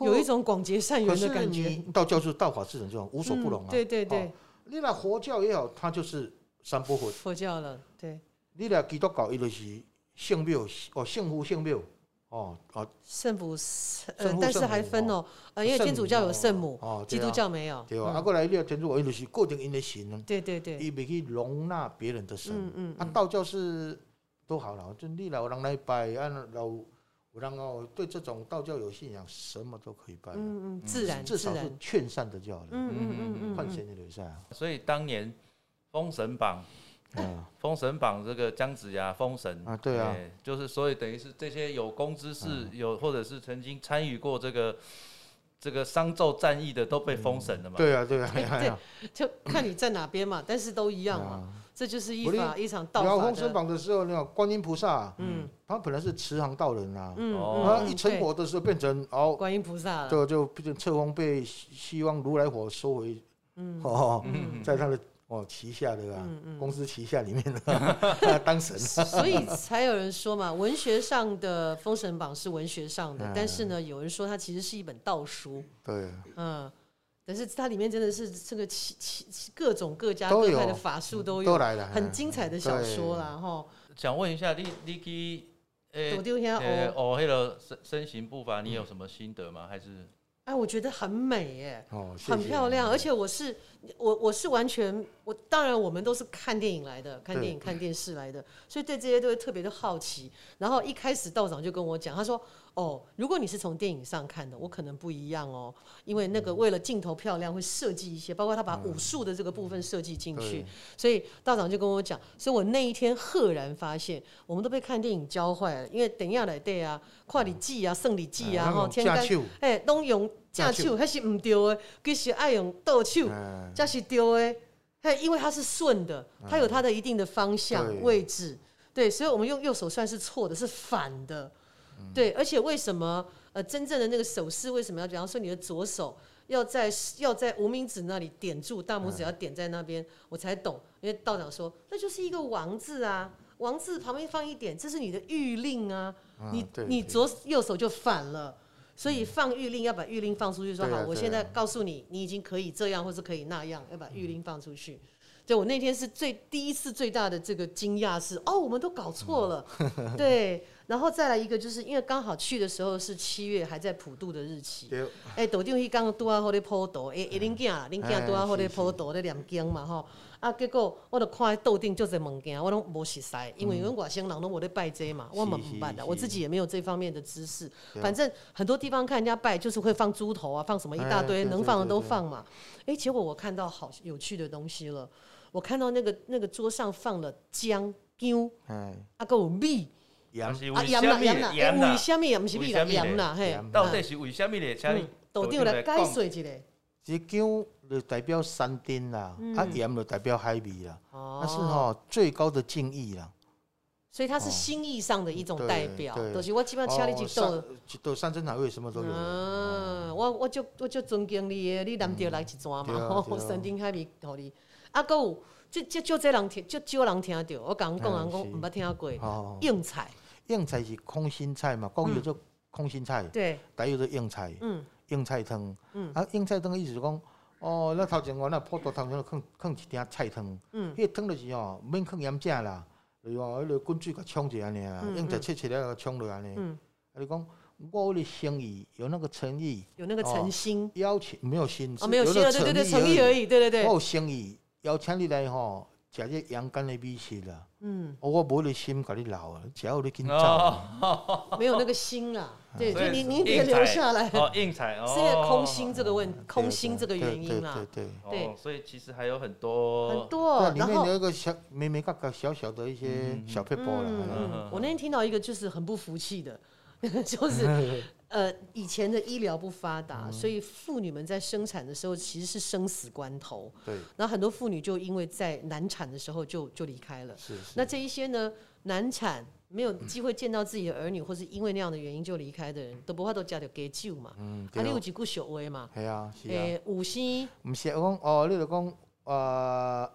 S1: 有一种广结善
S3: 可
S1: 缘
S3: 是
S1: 的感
S3: 你
S1: 觉，
S3: 道教是道法自然这种无
S1: 无
S3: 所不容啊。
S1: 对对对，
S3: 你若佛教也好，它就是三不佛；
S1: 佛教了，对，
S3: 你若基督教，伊就是圣庙哦，圣父圣庙哦哦
S1: 圣母是
S3: 圣
S1: 呃
S3: 父，
S1: 但是
S3: 圣母
S1: 还分哦，呃，因为
S3: 圣母
S1: 天主教有圣母，
S3: 哦，
S1: 基
S3: 对啊
S1: 督教没有，
S3: 对啊，
S1: 嗯
S3: 啊，过来你若天主教，伊就是固定因的神，
S1: 对对对，
S3: 伊袂去容纳别人的神
S1: 嗯。嗯
S3: 啊，
S1: 嗯，
S3: 道教是都好了，就你若有人来拜，啊，老有人哦，对这种道教有信仰，什么都可以拜啊，
S1: 嗯嗯，自然
S3: 至
S1: 自
S3: 少是
S1: 然，
S3: 劝善的就好了，
S1: 嗯嗯嗯嗯，
S3: 换
S1: 嗯
S3: 神的留下啊。
S2: 所以当年封神榜
S3: 嗯
S2: 封神榜这个姜子牙封神
S3: 啊对啊啊
S2: 哎就是所以等于是这些有功之士、有或者是曾经参与过这个这个商纣战役的都被封神了嘛。
S3: 对啊，对啊，
S1: 对
S3: 对啊。
S1: 嗯就看你在哪边嘛，但是都一样嘛，
S3: 啊
S1: 这就是一
S3: 不是
S1: 法一场道
S3: 然后
S1: 法
S3: 封神
S1: 的，
S3: 榜的时候，那个观音菩萨，
S1: 嗯
S3: 他本来是慈航道人啊，
S1: 嗯
S2: 哦
S3: 然
S1: 嗯
S3: 后
S1: 嗯，
S3: 一成
S1: 对嗯
S3: 佛的时候变成哦，
S1: 观音菩萨了，
S3: 就就变成册封被西西方如来佛收回
S1: 嗯
S3: 哦，
S1: 嗯
S3: 在他的哦旗下的啊，
S1: 嗯嗯。
S3: 公司旗下里面的啊 他当 神
S1: 所以才有人说嘛，文学上的《封神榜》是文学上的
S3: 嗯，
S1: 但是呢，有人说它其实是一本道书，
S3: 对，
S1: 嗯，但是它里面真的是这个奇奇奇各种各家
S3: 都有嗯
S1: 各派的法术都
S3: 都
S1: 有，
S3: 来了，哎
S1: 很精彩的小说啦，哈，
S2: 想问一下，你你去诶
S1: 我丢天
S2: 诶
S1: 哦，
S2: 哦，那个身身形步伐，你有什么心得吗？还是
S1: 哎，我觉得很美耶，
S3: 哦，谢谢
S1: 很漂亮，而且我是我我是完全我当然我们都是看电影来的，看电影看电视来的，所以对这些都会特别的好奇。然后一开始道长就跟我讲，他说：“哦，如果你是从电影上看的，我可能不一样哦，因为那
S3: 嗯
S1: 个为了镜头漂亮会设计一些，包括他把武术的这个部分设计进去。
S3: 对
S1: 所以道长就跟我讲，所以我那一天赫然发现，我们都被看电影教坏了，因为等一下来对啊，跨里记啊，胜里记啊，
S3: 嗯
S1: 然后天
S3: 那
S1: 干
S3: 种。”正
S1: 哎，拢用正手，迄是毋对的，其实爱用倒手
S3: 手，嗯
S1: 才是对的。嘿，因为它是顺的，它有它的一定的方向
S3: 哎对
S1: 位置，对，所以我们用右手算是错的，是反的，
S3: 嗯
S1: 对。而且为什么呃，真正的那个手势为什么要讲说你的左手要在要在无名指那里点住，大拇指要点在那边，我才懂。因为道长说那就是一个王字啊，王字旁边放一点，这是你的谕令啊，
S3: 嗯
S1: 你
S3: 对
S1: 你
S3: 对
S1: 左右手就反了。所以放谕令要把谕令放出去，说
S3: 嗯对啊
S1: 好，我
S3: 对啊
S1: 现在告诉你，你已经可以这样，或是可以那样，要把谕令放出去。对
S3: 嗯
S1: 我那天是最第一次最大的这个惊讶是，哦，我们都搞错了，对。然后再来一个，就是因为刚好去的时候是七月，还在普渡的日期。
S3: 对，
S1: 哎，抖进去刚拄啊好咧普渡，哎哎，恁囝恁囝拄啊好咧普渡咧念经嘛吼。啊，结果我就看斗顶就这物件，我拢无熟悉，因为阮外省人拢无咧拜这嘛，我嘛毋捌
S3: 嗯是
S1: 的，
S3: 是
S1: 我自己也没有这方面的知识。
S3: 对啊
S1: 反正很多地方看人家拜，就是会放猪头啊，放什么一大
S3: 哎
S1: 堆，
S3: 对
S1: 能放的
S3: 对
S1: 都
S3: 对
S1: 放嘛。哎，结果我看到好有趣的东西了，我看到那个那个桌上放了姜、姜，
S3: 哎，
S1: 啊，还有米。
S3: 盐
S2: 但是
S1: 啊，
S2: 为
S1: 盐
S2: 什
S1: 啦
S2: 么
S1: 盐啦，
S2: 呢？盐
S1: 哎为
S2: 啦，
S1: 什么也毋是米啦，
S2: 为什么呢
S1: 盐啦，嘿
S3: 盐，
S2: 到底是为什么呢？请你哦
S1: 嗯道长来解释一下。
S3: 这姜就代表山顶啦，啊盐就代表海味啦，
S1: 嗯哦
S3: 那是哦最高的敬意啦。
S1: 所以它是心意上的一种代表
S3: 哦对，对哦
S1: 就是我基本上请你一
S3: 山
S1: 顿，
S3: 一道山珍海味什么都有。
S1: 嗯，我我就我就尊敬你的，你难得来一转
S3: 对啊
S1: 嘛，吼，
S3: 对啊
S1: 山顶海味互你。啊，还有这这就这人听，就少人听到，我讲讲人讲
S3: 嗯是
S1: 毋捌听过，
S3: 哦，
S1: 硬菜，
S3: 硬菜是空心菜嘛，国语叫空心菜，
S1: 对，
S3: 台语叫硬菜，
S1: 嗯
S3: 硬菜汤。
S1: 嗯
S3: 啊，硬菜汤的意思是讲，哦，咱头前我那普渡汤上放放一鼎菜汤，
S1: 嗯，
S3: 迄汤就是哦，免放盐食啦，就是哦，迄个滚水甲冲一下安尼啊，
S1: 嗯
S3: 硬菜切切了甲冲落安尼。
S1: 嗯
S3: 啊，你讲我有诚意，有那个诚意，
S1: 有那个诚心
S3: 邀请没哦有心，
S1: 啊，没有心了，
S3: 那个
S1: 对对对，诚
S3: 诚
S1: 意而
S3: 已。哦
S1: 已，对对
S3: 我
S1: 对，
S3: 有诚意，邀请你来吼，食这阳干的美食啦。
S1: 嗯，
S3: 哦，我无你心甲你留啊，只要你紧走。
S2: 哦
S1: 没有那个心啦，
S3: 哎
S1: 对，
S2: 所以
S1: 就你你得
S2: 硬
S1: 留
S2: 菜
S1: 下来，
S2: 哦，硬彩哦，
S1: 是因为空心这个问，
S3: 对
S1: 空心这个原因啦
S3: 对，对对对
S1: 对
S2: 哦，所以其实还有很多
S1: 很多
S3: 那。里
S1: 然
S3: 面
S1: 后，
S3: 有一个小妹妹嘎嘎小小的一些小撇步啦。
S1: 嗯
S3: 嗯
S1: 嗯，我那天听到一个就是很不服气的， 就是呃，以前的医疗不发
S3: 嗯
S1: 达，所以妇女们在生产的时候其实是生死关头，
S3: 对，
S1: 然后很多妇女就因为在难产的时候就就离开了。
S3: 是是。
S1: 那这一些呢，难产没有机会见到自己的儿女，或是因为那样的原因就离开的人，都不怕都家就给救嘛，
S3: 嗯，
S1: 啊，
S3: 对
S1: 你有
S3: 哦。
S1: 几句小话嘛，
S3: 系啊，是啊。
S1: 诶，五星
S3: 毋是讲哦，你就讲啊，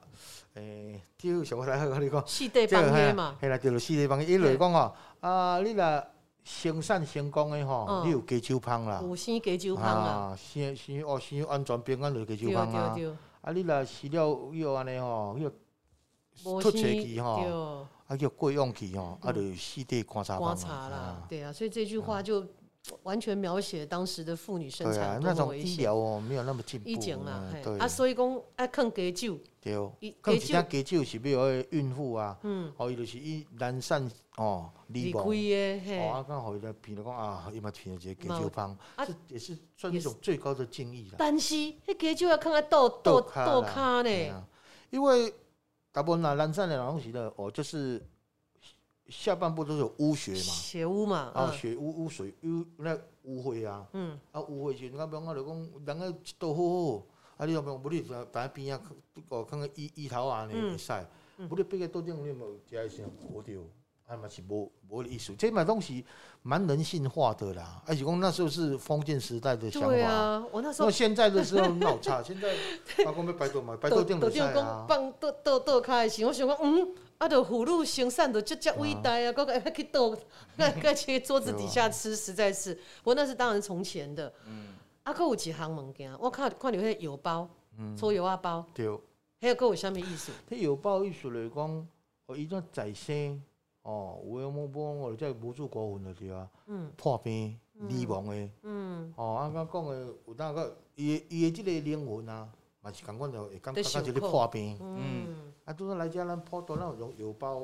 S3: 诶，叫小我来我跟你讲。
S1: 系对
S3: 这
S1: 帮
S3: 个
S1: 约
S3: 嘿
S1: 嘛，
S3: 系啦，就是四个帮伊就是讲吼，啊，你若生产成功的吼，
S1: 嗯
S3: 你有加酒芳啦，
S1: 五星给酒胖啊，，
S3: 生生哦生安全平安就加酒
S1: 对
S3: 芳
S1: 对
S3: 啊，
S1: 对。
S3: 啊，你若死了以后安尼吼，迄
S1: 无
S3: 个
S1: 生
S3: 出车去吼，
S1: 对，
S3: 啊叫过氧气吼，啊
S1: 嗯
S3: 就有四地观察
S1: 观
S3: 棒
S1: 察啦，
S3: 啊，
S1: 对啊，所以这句话就完全描写当时的妇女生
S3: 对啊
S1: 产，有
S3: 那
S1: 多么
S3: 种
S1: 危
S3: 医
S1: 险。
S3: 疗哦没有那么进
S1: 以前
S3: 步
S1: 啦
S3: 啊，，
S1: 嘿
S3: 对
S1: 啊，所以讲爱肯给酒，
S3: 对
S1: 伊，
S3: 更
S1: 给
S3: 一
S1: 酒
S3: 点，加酒是要迄孕妇啊，
S1: 嗯，
S3: 哦伊就是伊难产哦
S1: 离
S3: 离
S1: 开的
S3: 亡。哦，
S1: 嘿，
S3: 啊，刚好伊来评了讲啊，伊嘛提了一个
S1: 嘛
S3: 给酒方，
S1: 啊
S3: 这也是算一种最高的敬意啦。
S1: 但是迄给酒要看个倒倒
S3: 倒脚啦
S1: 倒卡
S3: 对
S1: 呢，
S3: 啊，因为大部分啊，南山的东西呢，哦，就是下半部都是有污血嘛，
S1: 血污嘛，
S3: 啊，
S1: 嗯
S3: 血污污水污那污秽啊，
S1: 嗯，
S3: 啊，污秽是，你看，比方我就讲，人个一道好好，啊，你若讲无你就摆边啊，哦，看个衣衣头啊，尼
S1: 嗯
S3: 会使，无你别个桌顶你无食的时候无着，啊嘛是无无意思，这嘛拢是蛮人性化的啦，而且讲那时候是封建时代的想
S1: 对
S3: 法。
S1: 啊，我那时
S3: 那
S1: 候
S3: 现在的时候闹差，现在阿公要摆桌嘛，摆桌顶
S1: 倒
S3: 袂使
S1: 顶
S3: 啊
S1: 讲。放倒倒倒卡的时候，我想讲，嗯，啊，着妇女生产着这遮伟大啊，搁还去倒，那个去桌子底下吃，实在是，不过那是当然从前的。
S2: 嗯
S1: 啊，佫有一项物件，我看看到迄个油包，
S3: 嗯
S1: 搓油啊包，
S3: 对，
S1: 迄个佫有啥物意思？
S3: 迄有报意思来讲，哦，伊种再生，哦，有诶某某我即无主孤魂就对啊，
S1: 嗯
S3: 破病、离亡诶，
S1: 嗯，
S3: 哦，啊，刚讲诶，有当个伊的伊诶即个灵魂啊，嘛是共款就会感觉
S1: 在受
S3: 到一个
S1: 苦
S3: 破病。
S1: 嗯
S3: 啊，拄则来遮咱普渡咱有种药包，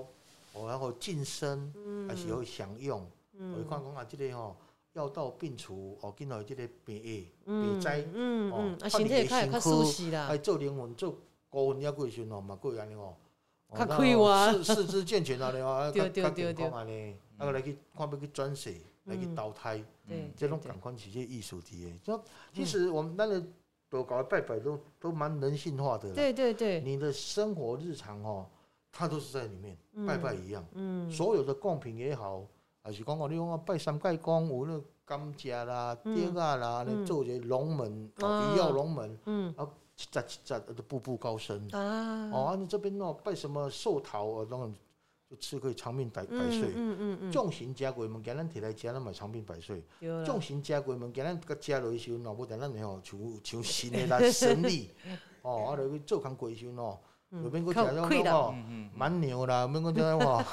S3: 哦，然后晋升，
S1: 嗯
S3: 还是有享用。我看讲啊，即个吼药到病除，哦，见到即个病疫、病灾，
S1: 嗯
S3: 哦
S1: 嗯，啊，
S3: 看
S1: 身
S3: 你
S1: 体
S3: 的
S1: 较
S3: 啊
S1: 会
S3: 身
S1: 较
S3: 躯
S1: 舒适啦
S3: 还，哎做灵魂做高魂抑过时阵吼，嘛过安尼吼。哦
S1: 较
S3: 咱
S1: 快
S3: 哦
S1: 活
S3: 四四肢 健全啊，你话
S1: 对
S3: 较
S1: 对
S3: 较
S1: 对
S3: 健
S1: 对
S3: 康安尼，啊来去看要去转世，来去
S1: 嗯
S3: 投胎，
S1: 对，
S3: 这
S1: 对
S3: 种
S1: 对
S3: 感官是这艺术体的。就其实我们那个都搞拜拜都都蛮人性化的啦。
S1: 对对对，
S3: 你的生活日常哦，它都是在里面，
S1: 嗯
S3: 拜拜一样，
S1: 嗯
S3: 所有的贡品也好，还是讲哦，你讲啊拜三界公有那甘蔗啦、
S1: 嗯
S3: 竹啊啦，
S1: 嗯
S3: 你做一个龙门，
S1: 啊
S3: 哦鱼跃龙门，
S1: 嗯
S3: 一扎一扎都步步高升。
S1: 啊，
S3: 哦，啊，你这边哦拜什么寿桃啊，当然就吃可以长命百百
S1: 嗯
S3: 岁。
S1: 嗯嗯嗯，
S3: 重型加贵物件，咱摕来食，咱嘛长命百岁。
S1: 对啊啦
S3: 重型加贵物件，咱甲食落去 时阵哦，无定咱会吼像像神的啦神力哦，啊，落去做工过时阵哦，
S1: 嗯
S3: 就免讲食种
S1: 了，
S3: 吼，
S2: 嗯
S3: 蛮牛啦，免讲这 种吼，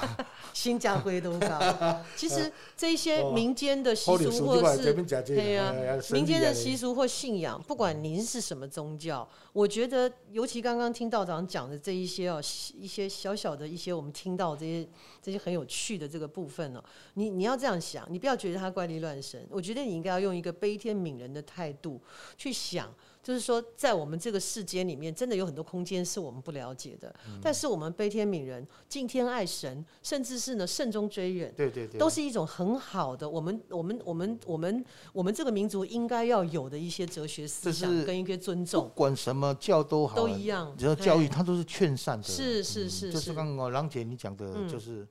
S1: 新 加坡都高。其实这些民间的习
S3: 嗯好历史
S1: 俗
S3: 即块
S1: 或
S3: 这
S1: 是
S3: 边食这
S1: 对啊
S3: 个，哎呃
S1: 民间的习
S3: 习
S1: 俗或信仰，不管您是什么宗教，我觉得，尤其刚刚听道长讲的这一些哦，一些小小的一些我们听到这些这些很有趣的这个部分哦，你你要这样想，你不要觉得他怪力乱神，我觉得你应该要用一个悲天悯人的态度去想。就是说，在我们这个世间里面，真的有很多空间是我们不了解的。
S3: 嗯
S1: 但是我们悲天悯人、敬天爱神，甚至是呢慎终追远，
S3: 对对对，
S1: 都是一种很好的，我们我们我们我们我们这个民族应该要有的一些哲学思
S3: 这
S1: 想
S3: 是
S1: 跟一些尊
S3: 不
S1: 重，
S3: 管什么教都好
S1: 都
S3: 啊，
S1: 一样。
S3: 只要教育，它都是劝善的。
S1: 对是是
S3: 嗯
S1: 是
S3: 就是
S1: 是，
S3: 刚刚郎姐你讲的
S1: 嗯，
S3: 就是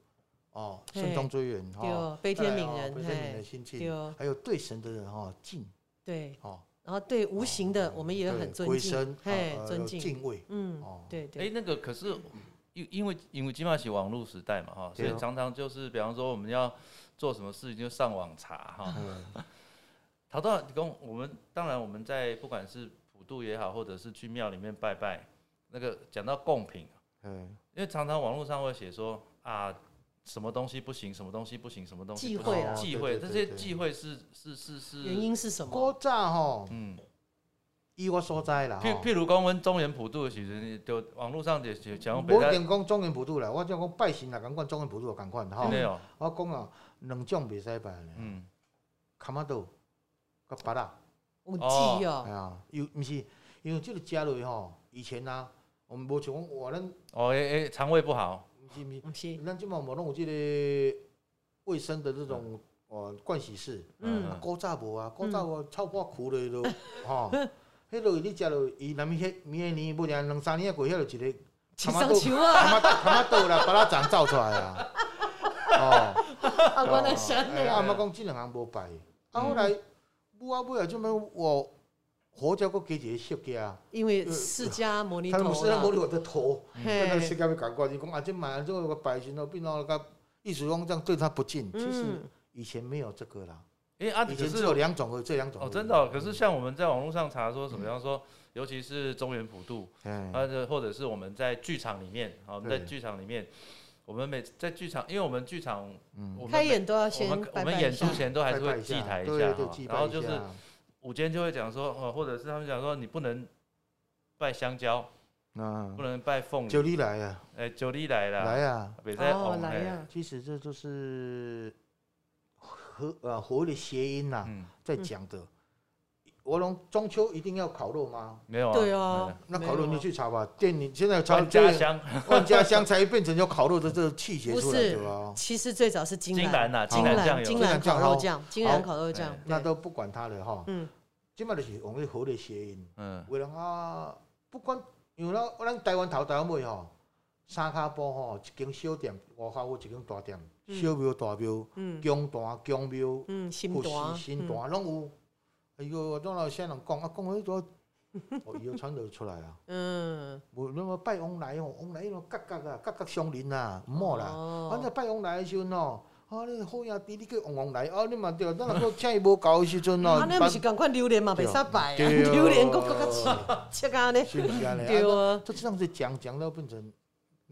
S3: 哦，
S1: 嘿
S3: 慎终追远
S1: 对
S3: 哈，
S1: 哦，悲天悯
S3: 再来哦
S1: 人，
S3: 悲天悯人的
S1: 嘿，
S3: 心
S1: 对
S3: 境，
S1: 哦，
S3: 还有对神的人哈敬
S1: 对，
S3: 哦，
S1: 然后对无形的我们也
S3: 对
S1: 很
S3: 归
S1: 尊敬
S3: 身，
S1: 嘿
S3: 哦，呃
S1: 尊
S3: 有
S1: 敬，
S3: 敬畏
S1: 嗯，
S3: 哦，
S1: 对
S2: 哎、
S1: 对，
S2: 那个可是因因为因为基本上是网络时代嘛哈，所
S3: 对哦
S2: 以常常就是比方说我们要做什么事情就上网查哈。
S3: 嗯
S2: 陶道公，我们当然我们在不管是普渡也好，或者是去庙里面拜拜，那个讲到贡品，
S3: 嗯，
S2: 因为常常网络上会写说啊，什么东西不行，什么东西不行，什么东西
S1: 忌
S2: 不
S1: 讳
S2: 行
S1: 啦
S2: 忌
S3: 哦
S2: 讳，这
S3: 对对
S2: 些
S3: 对对
S2: 忌讳是是是
S1: 原
S2: 是，
S1: 因是什么？
S3: 古早吼，
S2: 嗯，
S3: 以我所知啦，哦
S2: 譬
S3: 吼
S2: 譬如讲，阮中原普渡的时阵，就网络上就就讲北
S3: 无一
S2: 台，
S3: 定讲中原普渡啦，我只讲拜神啦，共款中原普渡也共款吼
S2: 真。的哦，
S3: 我讲啊，两种袂使拜呢，
S2: 嗯，
S3: 卡马豆，甲巴拉，
S1: 我记哦
S3: 哎，呀，有毋是，因为即个食落去吼，以前啊，我们无像讲哇，咱毋
S2: 哦，诶诶，肠胃不好，
S3: 是毋
S1: 不是
S3: 是，，咱即满无拢有即个卫生的这种哦盥洗室，
S1: 嗯
S3: 啊古早无啊，古早我臭破苦落去就吼， 迄落去你食落，伊若物迄明年无定两三年过，遐就一个
S1: 请上球啊，
S3: 卡马卡马豆啦，巴拉掌造出来啊， 哦。
S1: 啊，我来想
S3: 哎
S1: 你
S3: 阿
S1: 啊，
S3: 妈讲即两项无拜，啊
S2: 嗯
S3: 后来母啊尾啊，即摆我佛教佫加一个设计啊，
S1: 因为释迦牟尼
S3: 他们
S1: 头
S3: 是在摸
S1: 啦，
S3: 你我的头，跟那个释
S1: 嘿，
S3: 迦的感觉，就讲啊，即买这个拜神哦，变到个意思讲这样对他不敬。其实
S1: 嗯，
S3: 以前没有这个啦，
S2: 诶啊，
S3: 以
S2: 可
S3: 前只
S2: 是
S3: 有两种而已，这两种而
S2: 哦，
S3: 已
S2: 真的哦、可是像我们在网络上查说什么，比方说，尤其是中原普渡，
S3: 哎
S2: 啊，这或者是我们在剧场里面，好，我们在
S3: 对
S2: 剧场里面，我们每在剧场，因为我们剧场，我们
S1: 开演都要先
S2: 我们我
S1: 拜
S2: 们
S1: 拜
S2: 演
S1: 一下
S2: 出前都还是
S3: 嗯拜
S2: 会
S3: 拜
S2: 祭台一
S3: 对
S2: 下
S3: 对
S2: 哈
S3: 祭，拜
S2: 然后
S3: 一
S2: 就是
S3: 下
S2: 午间就会讲说，哦，或者是他们讲说你不能拜香蕉，
S3: 嗯
S2: 不，能拜凤梨
S3: 九，你来啊，
S2: 哎，九里来了，
S3: 来啊，
S2: 北在
S1: 哦
S2: 红，
S1: 来
S2: 哎，
S1: 呀，
S3: 其实这就是和呃活的谐音呐、
S2: 嗯，
S3: 在讲的。我龙中秋一定要烤肉吗？
S2: 没有啊，
S1: 对啊，
S3: 那
S1: 没
S3: 烤肉
S1: 有
S3: 你
S1: 啊
S3: 就去查吧，店里现在
S2: 没
S3: 有
S2: 有，
S3: 查
S2: 万家
S3: 对
S2: 香，
S3: 万家香才变成有烤肉的这个气节
S1: 不
S3: 出来，
S1: 是
S3: 对吧？
S1: 其实最早是金
S2: 金
S1: 兰啊
S2: 兰呐，
S1: 金
S2: 金兰酱
S1: 金
S2: 油，
S1: 兰烤肉酱，金兰
S3: 好
S1: 烤肉酱
S2: 哎，
S1: 对
S3: 那都不管它了哈。
S1: 嗯，
S3: 今麦就是用那好的谐音，
S2: 嗯，
S3: 为了啊，不管因为咱咱台湾头台湾尾吼，三骹步吼，一间小店，外口有一间大店，
S1: 嗯
S3: 小庙大庙，
S1: 嗯
S3: 宫大宫庙，
S1: 嗯，新
S3: 佛
S1: 端
S3: 寺新大拢有。哎呦，当老先人讲啊，讲迄个，哦，以后传流出来啊。
S1: 嗯，
S3: 无那么拜往来吼，哦往来迄种角角啊，角角相邻啊，毋好啦。反正
S1: 啦，
S3: 拜往来的时阵哦，啊，你好兄弟，你叫往往来，哦，你嘛对，咱若讲请伊无够的时阵哦
S1: 啊，，那不是赶快榴莲嘛，袂使摆啊，
S3: 对哦
S1: 榴莲够够够切啊呢，
S3: 是不是安尼？
S1: 对
S3: 啊，
S1: 啊。
S3: 他这样子讲讲到变成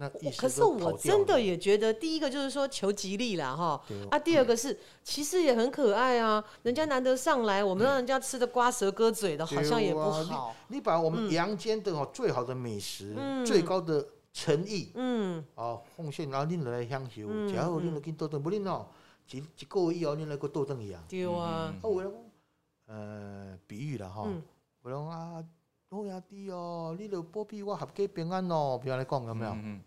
S3: 那意
S1: 我
S3: 思
S1: 可是
S3: 都跑
S1: 我
S3: 掉
S1: 真的
S3: 了
S1: 也觉得，第一个就是说求吉利啦，哈
S3: 对哦
S1: 啊，第二个是其实也很可爱啊，人家难得上来，我们让人家吃的瓜舌割嘴的，
S3: 啊
S1: 好像也不好，
S3: 你把我们阳间的哦最好的美食
S1: 嗯、
S3: 最高的诚意
S1: 嗯，
S3: 啊奉献，然后恁就来享受，
S1: 嗯
S3: 食好
S1: 嗯
S3: 恁就去倒转，无恁哦一一个月以后恁来个倒转去啊。
S1: 对啊，
S3: 啊，有人讲，呃，比喻啦吼
S1: 嗯，
S3: 有人讲啊，好兄弟哦，你著保庇我合家平安哦，比如安尼讲有没有？
S2: 嗯，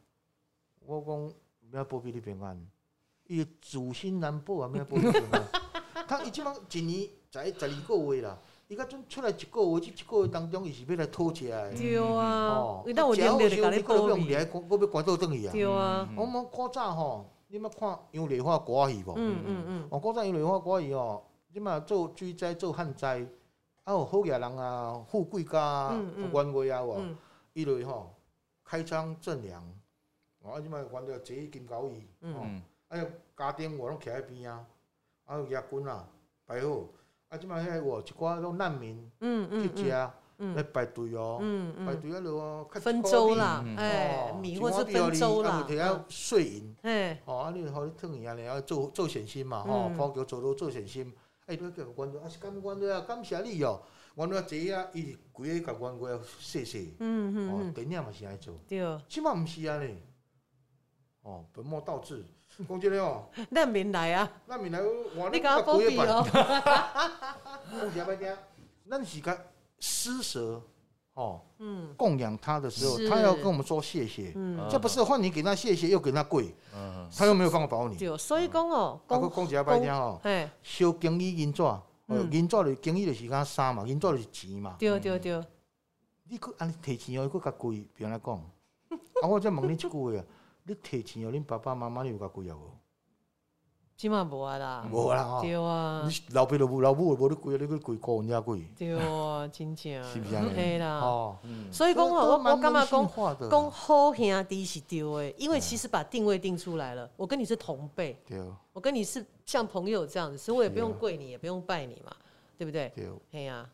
S3: 我讲不要保庇你平安，伊自身难保啊，不要保庇平 安。他伊即摆一年才十二个月啦，伊甲阵出来一个月，即一个月当中，伊是要来讨债的。
S1: 对啊
S3: 哦，，
S1: 那我
S3: 吃好
S1: 连袂
S3: 烧
S1: 甲你
S3: 你可
S1: 保
S3: 能要用
S1: 庇，
S3: 掠，我要关倒转去啊。
S1: 对啊，
S3: 我
S2: 嗯
S3: 们古早吼，你捌看杨丽花歌戏无？
S1: 嗯嗯嗯，
S3: 我古早因为我歌伊哦，即嘛做水灾做旱灾，啊有好嘢人啊，富贵家啊，
S1: 嗯嗯
S3: 有官位啊哦，
S1: 嗯
S3: 伊类吼开仓赈粮，我哦啊即嘛原着坐金狗椅，
S1: 嗯
S3: 哦，
S2: 嗯
S3: 啊家丁我拢徛喺边啊，啊有野军啊摆好，啊即嘛遐有一寡种难民
S1: 嗯
S3: 去
S1: 嗯
S3: 食，
S1: 嗯，
S3: 啊
S1: 嗯
S3: 要排队哦，
S1: 嗯
S3: 排
S1: 嗯，
S3: 队啊，就哦，较
S1: 分粥啦
S2: 嗯，
S3: 哦
S1: 哎，米或是分粥啦，
S3: 摕啊
S1: 嗯
S3: 碎银，
S1: 哎，
S3: 吼，啊你互你烫伊啊，然后做做善心嘛，吼，
S1: 嗯
S3: 普桥做路做善心，哎，你叫阮啊是感阮啊，感谢你哦，阮啊这啊，伊是规个甲阮个谢谢，
S1: 嗯嗯
S3: 哦，
S1: 嗯，
S3: 电影嘛是安尼做，
S1: 对，
S3: 即嘛毋是安尼，哦，本末倒置，讲真诶哦，
S1: 难民来啊，
S3: 咱闽南话
S1: 你甲我保庇哦，
S3: 讲起来歹听，咱是个施舍，哦，
S1: 嗯
S3: 供养他的时候，
S1: 是
S3: 他要跟我们说谢谢，
S1: 嗯，
S3: 这不是换你给他谢谢又给他跪，
S2: 嗯，
S3: 他又没有办法保你。
S1: 对，所以讲哦，
S3: 啊，佫
S1: 讲，
S3: 讲一下歹听哦，
S1: 哎，
S3: 烧经理银纸，哦
S1: 嗯
S3: 银纸就是经理就是讲衫嘛，银纸就是钱嘛。
S1: 对对对，
S3: 你佫安尼提钱哦，佫较贵，别安尼 讲。啊，我再问你一句话啊，你提钱哦，恁爸爸妈妈你有较贵啊无？
S1: 即嘛无啊啦，
S3: 无啦吼，
S1: 对啊
S3: 你，老爸老母老母无你贵啊，你佫贵高人家贵，
S1: 对啊，真正，
S3: 是不是安尼？
S1: 嘿啦，
S3: 哦，
S2: 嗯
S1: 所以讲哦，我我感觉讲。
S3: 讲
S1: 讲好兄弟是对的，因
S3: 嗯
S1: 为其实把定位定出来了，我跟你是同辈，
S3: 对
S1: 我跟你是像朋友这样子，所以我也
S3: 是啊
S1: 不用跪你，也不用拜你嘛，对不对？
S3: 对，
S1: 嘿呀、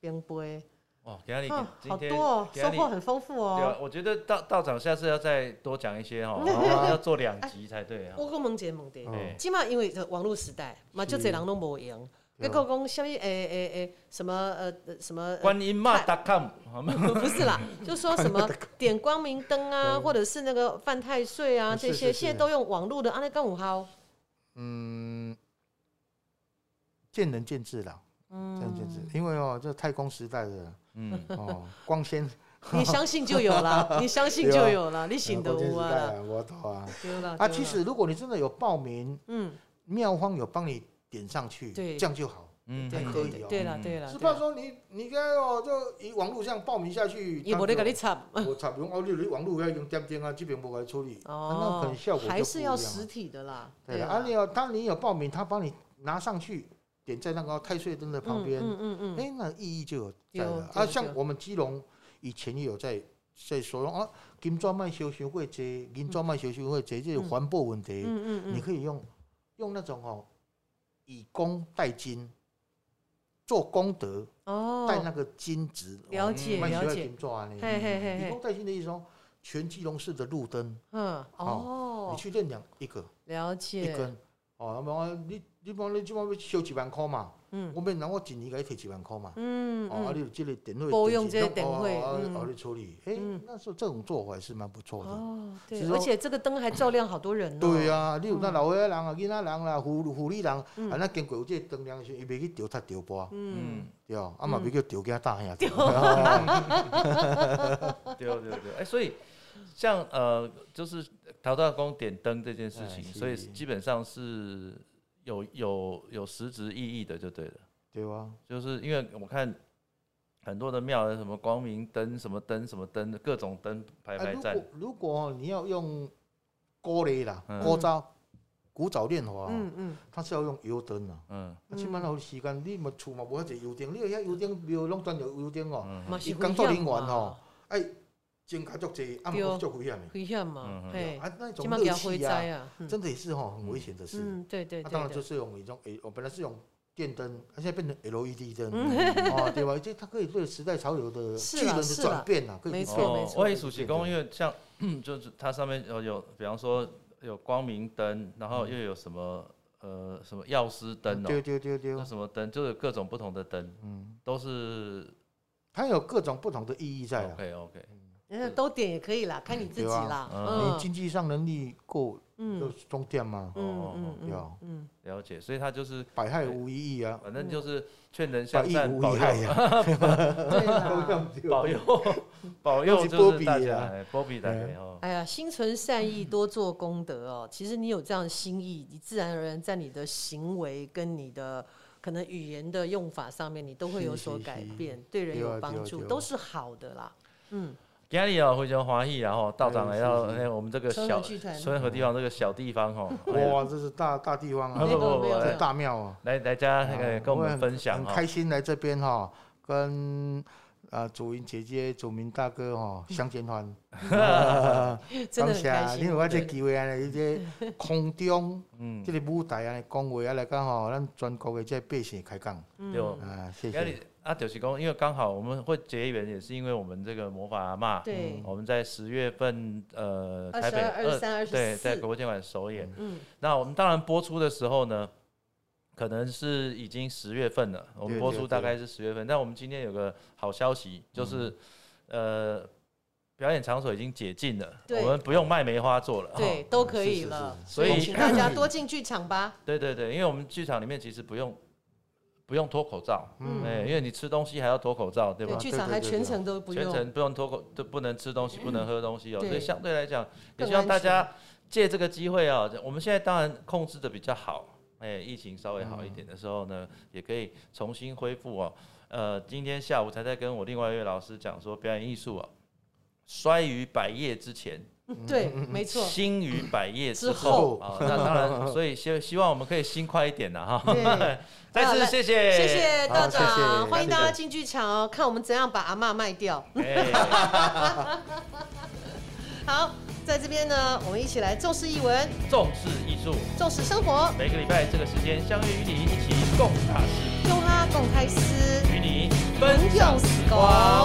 S1: 冰杯，
S2: 哦，给你
S1: 啊，
S2: 今
S1: 好
S2: 天
S1: 多哦，
S2: 给
S1: 收
S2: 你
S1: 获很丰富
S2: 对啊
S1: 哦。，
S2: 我觉得道道长下次要再多讲 一些哈，哦
S3: 好啊
S2: 要做两集才对啊。
S1: 我讲问姐问题，
S3: 哦
S2: 对，
S1: 起码因为这网络时代嘛，就这人拢无用。
S3: 对
S1: 结果讲什么？诶诶诶，什么呃呃什么？呃
S2: 观音骂 .com，好吗？
S1: 不是啦，就说什么点光明灯啊，或者是那个犯太岁啊，
S3: 嗯是
S1: 这
S3: 是
S1: 些
S3: 是
S1: 现在都用网络的，啊，那更好。
S3: 嗯，见仁见智啦，见仁见智
S1: 嗯，，
S3: 因为哦，这太空时代的
S2: 嗯，
S3: 哦，光纤
S1: 你相信就有 了，你相信就有了，你信得无
S3: 光纤时代
S1: 啊？
S3: 啊，我懂啊。
S1: 丢了
S3: 啊，其实如果你真的有报名，
S1: 嗯，
S3: 妙方有帮你点上去，
S1: 对
S3: 这样就好。
S2: 嗯
S1: 对
S3: 还
S1: 对
S3: 可以
S1: 对
S3: 哦
S1: 对了对了，啊
S3: 只
S1: 对啦
S3: 怕说你你该哦，就以网络上报名下去，
S1: 也无得给你嗯插。
S3: 我差不多哦，你你网络要用点点啊，这边我来处理，啊那可
S1: 哦
S3: 能效果，就
S1: 还是要
S3: 不一样
S1: 实体的啦。
S3: 对
S1: 啦
S3: 啊，你有当你有报名，他帮你拿上去，点在那个太岁灯的旁边，
S1: 嗯嗯嗯
S3: 哎、
S1: 嗯，
S3: 那意义就有在
S1: 对
S3: 了
S1: 对
S3: 啊。像
S1: 对
S3: 我们基隆以前也有在在说啊，金砖卖修修会多，银砖卖修修会多，这是
S1: 嗯
S3: 环保问题，
S1: 嗯嗯
S3: 你
S1: 嗯，
S3: 可以用用那种哦，以工代金，做功德，带那
S1: 哦，
S3: 个金值，
S1: 了解
S3: 卖修
S1: 了
S3: 会
S1: 解，
S3: 金砖呢。
S1: 嘿嘿嘿
S3: 以
S1: 嘿，
S3: 工代金的意思哦，全基隆市的路灯，
S1: 嗯，
S3: 你
S1: 哦，
S3: 去认两一个
S1: 了
S3: 一
S1: 解，
S3: 根。哦，那么你你帮你即帮要收一万块嘛，
S1: 嗯
S3: 我免人我一年给你摕一万块嘛。
S1: 嗯
S3: 哦，啊，
S1: 嗯，
S3: 你有这个电费，
S1: 拨用这个电费
S3: 哦，
S1: 嗯
S3: 哦，你处理，哎
S1: 嗯，
S3: 那时候这种做法是蛮不错的。
S1: 哦，
S3: 是
S1: 对，
S3: 说
S1: 而且这个灯还照亮好多人哦呢。
S3: 对
S1: 呀，
S3: 啊，你有那
S1: 嗯
S3: 老岁仔人啊、囡仔人啦、妇妇女人，啊，
S1: 嗯
S3: 咱经过有这个灯亮的时候，伊袂去掉踢掉波，
S1: 嗯，
S2: 嗯，
S3: 对啊，啊嘛袂叫掉惊大兄弟。
S2: 对对对，哎，所以像呃，就是陶大公点灯这件事情，
S3: 哎是
S2: 所以基本上是有有有实质意义的，就对了。
S3: 对啊，
S2: 就是因为我看很多的庙，啊什么光明灯、什么灯、什么灯，各种灯排
S3: 啊，
S2: 排
S3: 如
S2: 站
S3: 果。如果你要用鼓励啦
S2: 嗯，
S3: 古早古早练法哦，
S1: 嗯嗯，
S3: 它是要用油灯啊。
S2: 嗯
S3: 啊，即摆有时间，你嘛厝嘛无遐济油灯，你遐油灯庙拢专有油灯哦，
S2: 嗯
S1: 嘛是
S3: 伊工
S1: 危
S3: 作人
S1: 险
S3: 员吼
S1: 嘛，，
S3: 哎，增加足济，啊，
S1: 对
S3: 嘛足危险的。
S1: 危险嘛
S2: 嗯，
S1: 嘿，
S3: 啊，那种
S1: 今晚给
S3: 热
S1: 他灰
S3: 气啊，
S1: 灾啊，嗯
S3: 真的也是哈很危险的事。
S1: 嗯，对对
S3: 那
S1: 对，
S3: 当然就
S1: 对
S3: 是用一种，诶，哦我本来是用电灯，它现在变成 LED 灯，
S1: 嗯
S3: 哦，对吧？这它可以对时代潮流的
S1: 是
S3: 巨
S1: 啦
S3: 人的
S1: 是
S3: 转
S1: 啦
S3: 变啊，可以
S1: 没
S3: 去
S1: 错
S3: 做
S1: 没
S2: 哦，
S1: 错
S2: 我也属喜功，因为像 就是它上面有有，比方说有光明灯，然后又有什么呃什么药师灯
S3: 嗯对
S2: 哦，
S3: 对对对
S2: 那，什么灯，就是各种不同的灯，
S3: 嗯，
S2: 都是
S3: 它有各种不同的意义在啊。
S2: OK OK，
S1: 嗯，都点也可以啦，看你自己啦，
S2: 对
S3: 你
S1: 嗯
S3: 经济上能力够就
S1: 嗯
S3: 中电嘛，
S2: 哦
S1: 嗯
S3: 对啊
S1: 嗯嗯，
S2: 了解，所以它就是
S3: 百害无一益啊，
S2: 反正就是劝人
S3: 百
S2: 向
S3: 益
S2: 善，
S3: 无
S2: 保
S3: 一害啊
S2: 佑
S3: 呀。
S1: 嗯对啦。
S2: 保 佑保佑
S3: 是
S2: 就是
S3: 波比
S2: 大
S3: 啊
S2: 家，哎波比大
S3: 哎
S2: 家哦，
S1: 哎呀，心存善意，多做功德哦。其实你有这样的心意，你自然而然在你的行为跟你的可能语言的用法上面，你都会有所改变，对人
S3: 对啊
S1: 有
S3: 对啊
S1: 帮助，
S3: 对啊
S1: 都是好的啦。嗯，
S2: 今日哦非常欢喜啊，然后道长来到
S3: 哎是是
S2: 哎我们这个
S1: 春
S2: 小
S1: 和剧团
S2: 春和地方这个小地方哦，哎
S3: 哇，这是大大地方
S2: 不
S1: 没
S2: 不
S1: 有
S2: 不
S3: 啊，
S1: 没有
S2: 不
S1: 没有
S3: 这大庙啊。
S2: 来来家那
S3: 啊
S2: 个跟我们
S3: 很
S2: 分享
S3: 很
S2: 哈。
S3: 开心来这边哈，跟啊，祖云姐姐、祖明大哥吼，相见欢，
S1: 真的很开
S3: 感谢，
S1: 心。
S3: 你有我这
S1: 对
S3: 机会安尼，这 空中
S2: 嗯，
S3: 这个舞台安尼讲话啊来讲吼，咱全国的这百姓开讲
S2: 对哦
S3: 啊，谢
S2: 家
S3: 谢。
S2: 里啊，就是讲，因为刚好我们会结缘，也是因为我们这个魔法阿嬷，
S3: 嗯
S1: 对，
S2: 我们在十月份呃
S1: 二
S2: 台
S1: 十
S2: 北
S1: 二、二十三、二
S2: 对，
S1: 十
S2: 在
S1: 四，
S2: 国会监管首演。
S1: 嗯，
S2: 那我们当然播出的时候呢，可能是已经十月份了，我们
S3: 对
S2: 播
S3: 对
S2: 出
S3: 对
S2: 大概是十月份。但我们今天有个好消息，就是、
S3: 嗯
S2: 呃，表演场所已经解禁了，
S1: 对
S2: 我们不用卖梅花座了。
S1: 对，
S2: 哈
S1: 都可
S3: 是
S1: 以
S3: 是
S1: 了。
S2: 哦嗯是
S1: 所
S2: 所
S1: 以
S2: 以
S1: 请大家多进剧场吧。
S2: 对对对，因为我们剧场里面其实不用不用脱口罩，
S1: 嗯
S2: 哎、因为你吃东西还要脱口罩，对吧
S1: 对，？剧场还全程都不
S2: 全
S1: 用。嗯
S2: 程不用脱口，都不能吃东西，不能喝东西哦。
S1: 对
S2: 所以相对来讲，也
S1: 更
S2: 希望大
S1: 安全
S2: 家借这个机会哦。我们现在当然控制的比较好，哎，疫情稍微好一点的时候呢，也可以重新恢复哦。呃，今天下午才在跟我另外一位老师讲说，表演艺术哦，衰于百业之前，
S1: 对，没错。
S2: 兴于百业
S1: 之
S2: 之后
S3: 后
S2: 啊、哦那当然，所以希希望我们可以兴快一点了哈。
S1: 对，
S2: 再
S1: 好
S2: 次
S1: 来
S2: 谢谢，
S1: 谢谢道
S3: 好谢谢
S1: 长，欢迎大家
S3: 谢谢
S1: 进剧场哦，看我们怎样把阿嬷卖掉。
S2: 哎，
S1: 好，在这边呢，我们一起来重视译文，
S2: 重视艺术，
S1: 重视生活，
S2: 每个礼拜这个时间相约与你一起共大事。
S1: 用哈共开思。
S2: 与你
S1: 分
S2: 分
S1: 享
S2: 享
S1: 时
S2: 时
S1: 光
S2: 光。